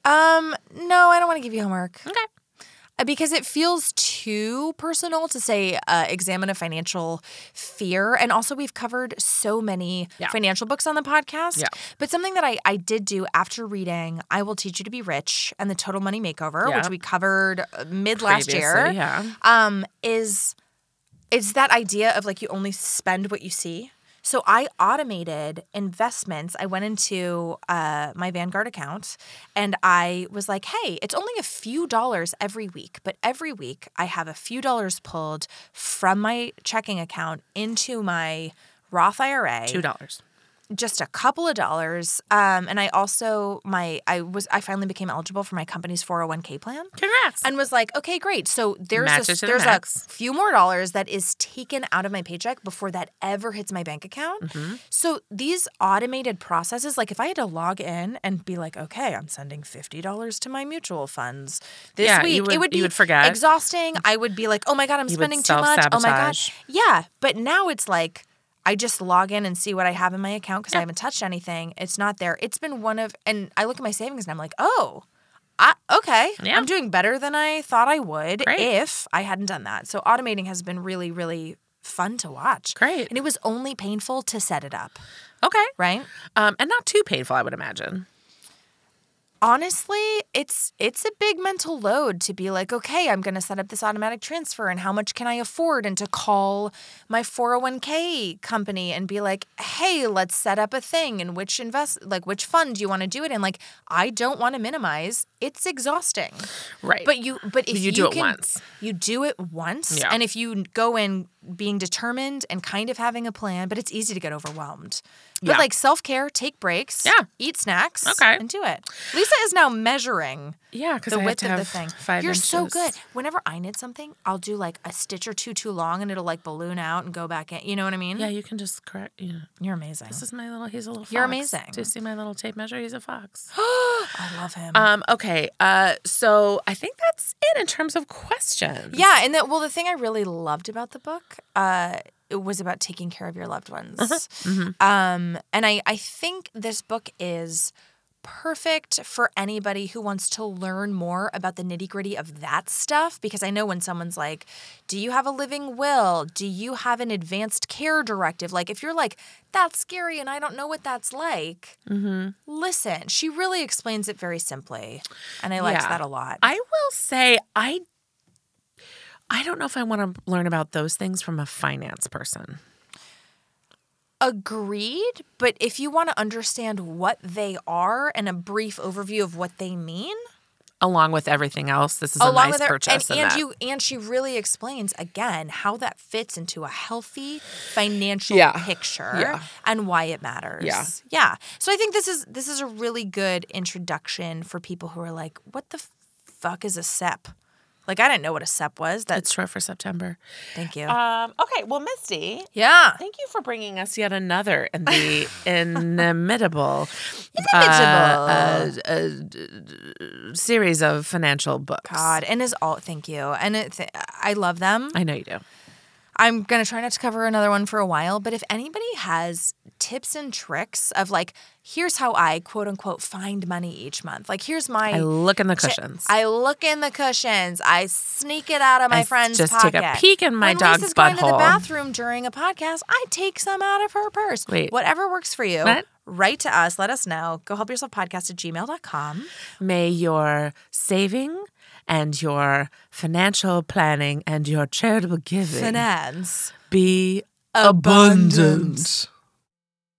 [SPEAKER 1] Um, no, I don't want to give you homework
[SPEAKER 2] Okay.
[SPEAKER 1] Uh, because it feels too personal to say uh, examine a financial fear. And also, we've covered so many
[SPEAKER 2] Yeah.
[SPEAKER 1] financial books on the podcast.
[SPEAKER 2] Yeah.
[SPEAKER 1] But something that I, I did do after reading I Will Teach You to Be Rich and The Total Money Makeover,
[SPEAKER 2] Yeah.
[SPEAKER 1] which we covered uh, mid last year,
[SPEAKER 2] Previously, Yeah.
[SPEAKER 1] um, is it's that idea of like you only spend what you see. So I automated investments. I went into uh, my Vanguard account and I was like, hey, it's only a few dollars every week, but every week I have a few dollars pulled from my checking account into my Roth IRA
[SPEAKER 2] Two dollars.
[SPEAKER 1] just a couple of dollars. Um, and I also my I was I finally became eligible for my company's 401k plan
[SPEAKER 2] Congrats.
[SPEAKER 1] and was like, okay, great. So there's
[SPEAKER 2] Match
[SPEAKER 1] this,
[SPEAKER 2] it to the
[SPEAKER 1] there's a
[SPEAKER 2] max.
[SPEAKER 1] few more dollars that is taken out of my paycheck before that ever hits my bank account.
[SPEAKER 2] Mm-hmm.
[SPEAKER 1] So these automated processes, like if I had to log in and be like, okay, I'm sending fifty dollars to my mutual funds this
[SPEAKER 2] Yeah,
[SPEAKER 1] week,
[SPEAKER 2] you
[SPEAKER 1] it
[SPEAKER 2] would-
[SPEAKER 1] would be
[SPEAKER 2] you would forget.
[SPEAKER 1] exhausting. I would be like, oh my god, I'm
[SPEAKER 2] would
[SPEAKER 1] spending too much. Oh my god,
[SPEAKER 2] self-sabotage.
[SPEAKER 1] yeah. But now it's like. I just log in and see what I have in my account because I haven't touched anything. It's not there. It's been one of, and I look at my savings and I'm like, oh, I, okay,
[SPEAKER 2] Yeah.
[SPEAKER 1] I'm doing better than I thought I would
[SPEAKER 2] Great.
[SPEAKER 1] if I hadn't done that. So automating has been really, really fun to watch.
[SPEAKER 2] Great.
[SPEAKER 1] And it was only painful to set it up,
[SPEAKER 2] Okay.
[SPEAKER 1] right?
[SPEAKER 2] Um, and not too painful, I would imagine.
[SPEAKER 1] honestly it's it's a big mental load to be like okay i'm going to set up this automatic transfer and how much can i afford and to call my 401k company and be like hey let's set up a thing and which invest like which fund do you want to do it in like i don't want to minimize it's exhausting
[SPEAKER 2] Right.
[SPEAKER 1] but you but if
[SPEAKER 2] You
[SPEAKER 1] you,
[SPEAKER 2] do it
[SPEAKER 1] can-
[SPEAKER 2] once.
[SPEAKER 1] you do it once
[SPEAKER 2] Yeah.
[SPEAKER 1] and if you go in being determined and kind of having a plan but it's easy to get overwhelmed but
[SPEAKER 2] Yeah.
[SPEAKER 1] like self-care take breaks
[SPEAKER 2] Yeah.
[SPEAKER 1] eat snacks
[SPEAKER 2] Okay.
[SPEAKER 1] and do it lisa is now measuring
[SPEAKER 2] yeah, because
[SPEAKER 1] the
[SPEAKER 2] I have
[SPEAKER 1] width
[SPEAKER 2] to have
[SPEAKER 1] of the thing.
[SPEAKER 2] five
[SPEAKER 1] You're so
[SPEAKER 2] inches.
[SPEAKER 1] good. Whenever I knit something, I'll do like a stitch or two too long, and it'll like balloon out and go back in. You know what I mean?
[SPEAKER 2] Yeah, you can just correct. Yeah.
[SPEAKER 1] You're amazing.
[SPEAKER 2] This is my little. He's a little. Fox.
[SPEAKER 1] You're amazing.
[SPEAKER 2] Do you see my little tape measure? He's a fox.
[SPEAKER 1] I love him.
[SPEAKER 2] (gasps) um. Okay. Uh. So I think that's it in terms of
[SPEAKER 1] (laughs)
[SPEAKER 2] questions.
[SPEAKER 1] yeah, and that well, the thing I really loved about the book, uh, it was about taking care of your loved ones. Um, and I I think this book is perfect for anybody who wants to learn more about the nitty gritty of that stuff because I know when someone's like, Do you have a living will? Do you have an advanced care directive? Like, if you're like, That's scary and I don't know what that's like, listen, she really explains it very simply. And I liked
[SPEAKER 2] Yeah.
[SPEAKER 1] that a lot.
[SPEAKER 2] I will say I. I don't know if I want to learn about those things from a finance person.
[SPEAKER 1] Agreed, but if you want to understand what they are and a brief overview of what they mean,
[SPEAKER 2] Along with everything else, this is a nice
[SPEAKER 1] her-
[SPEAKER 2] purchase.
[SPEAKER 1] and,
[SPEAKER 2] in
[SPEAKER 1] and
[SPEAKER 2] that.
[SPEAKER 1] you and she really explains again how that fits into a healthy financial
[SPEAKER 2] Yeah.
[SPEAKER 1] picture
[SPEAKER 2] Yeah.
[SPEAKER 1] and why it matters.
[SPEAKER 2] Yeah.
[SPEAKER 1] yeah. So I think this is this is a really good introduction for people who are like, what the fuck is a SEP? Like I didn't know what a SEP was. That's
[SPEAKER 2] It's short for September.
[SPEAKER 1] thank you.
[SPEAKER 2] Um, okay, well, Misty,
[SPEAKER 1] yeah.
[SPEAKER 2] thank you for bringing us yet another in (laughs) the inimitable, uh, uh,
[SPEAKER 1] Inimitable.
[SPEAKER 2] uh, d- d- series of financial books.
[SPEAKER 1] God, and is all thank you, and it, th- I love them.
[SPEAKER 2] I know you do.
[SPEAKER 1] I'm going to try not to cover another one for a while, but if anybody has tips and tricks of like, here's how I quote unquote find money each month, like, here's my.
[SPEAKER 2] I look in the cushions.
[SPEAKER 1] I look in the cushions. I sneak it out of my
[SPEAKER 2] I s-
[SPEAKER 1] friend's
[SPEAKER 2] just
[SPEAKER 1] pocket.
[SPEAKER 2] take a peek in my
[SPEAKER 1] when
[SPEAKER 2] dog's
[SPEAKER 1] Lisa's going to the
[SPEAKER 2] butthole.
[SPEAKER 1] bathroom during a podcast, I take some out of her purse.
[SPEAKER 2] Wait.
[SPEAKER 1] Whatever works for you.
[SPEAKER 2] What?
[SPEAKER 1] Write to us. Let us know. Go help yourself podcast at gmail.com.
[SPEAKER 2] May your saving and your financial planning and your charitable giving
[SPEAKER 1] Finance.
[SPEAKER 2] be
[SPEAKER 1] Abundant.
[SPEAKER 2] abundant.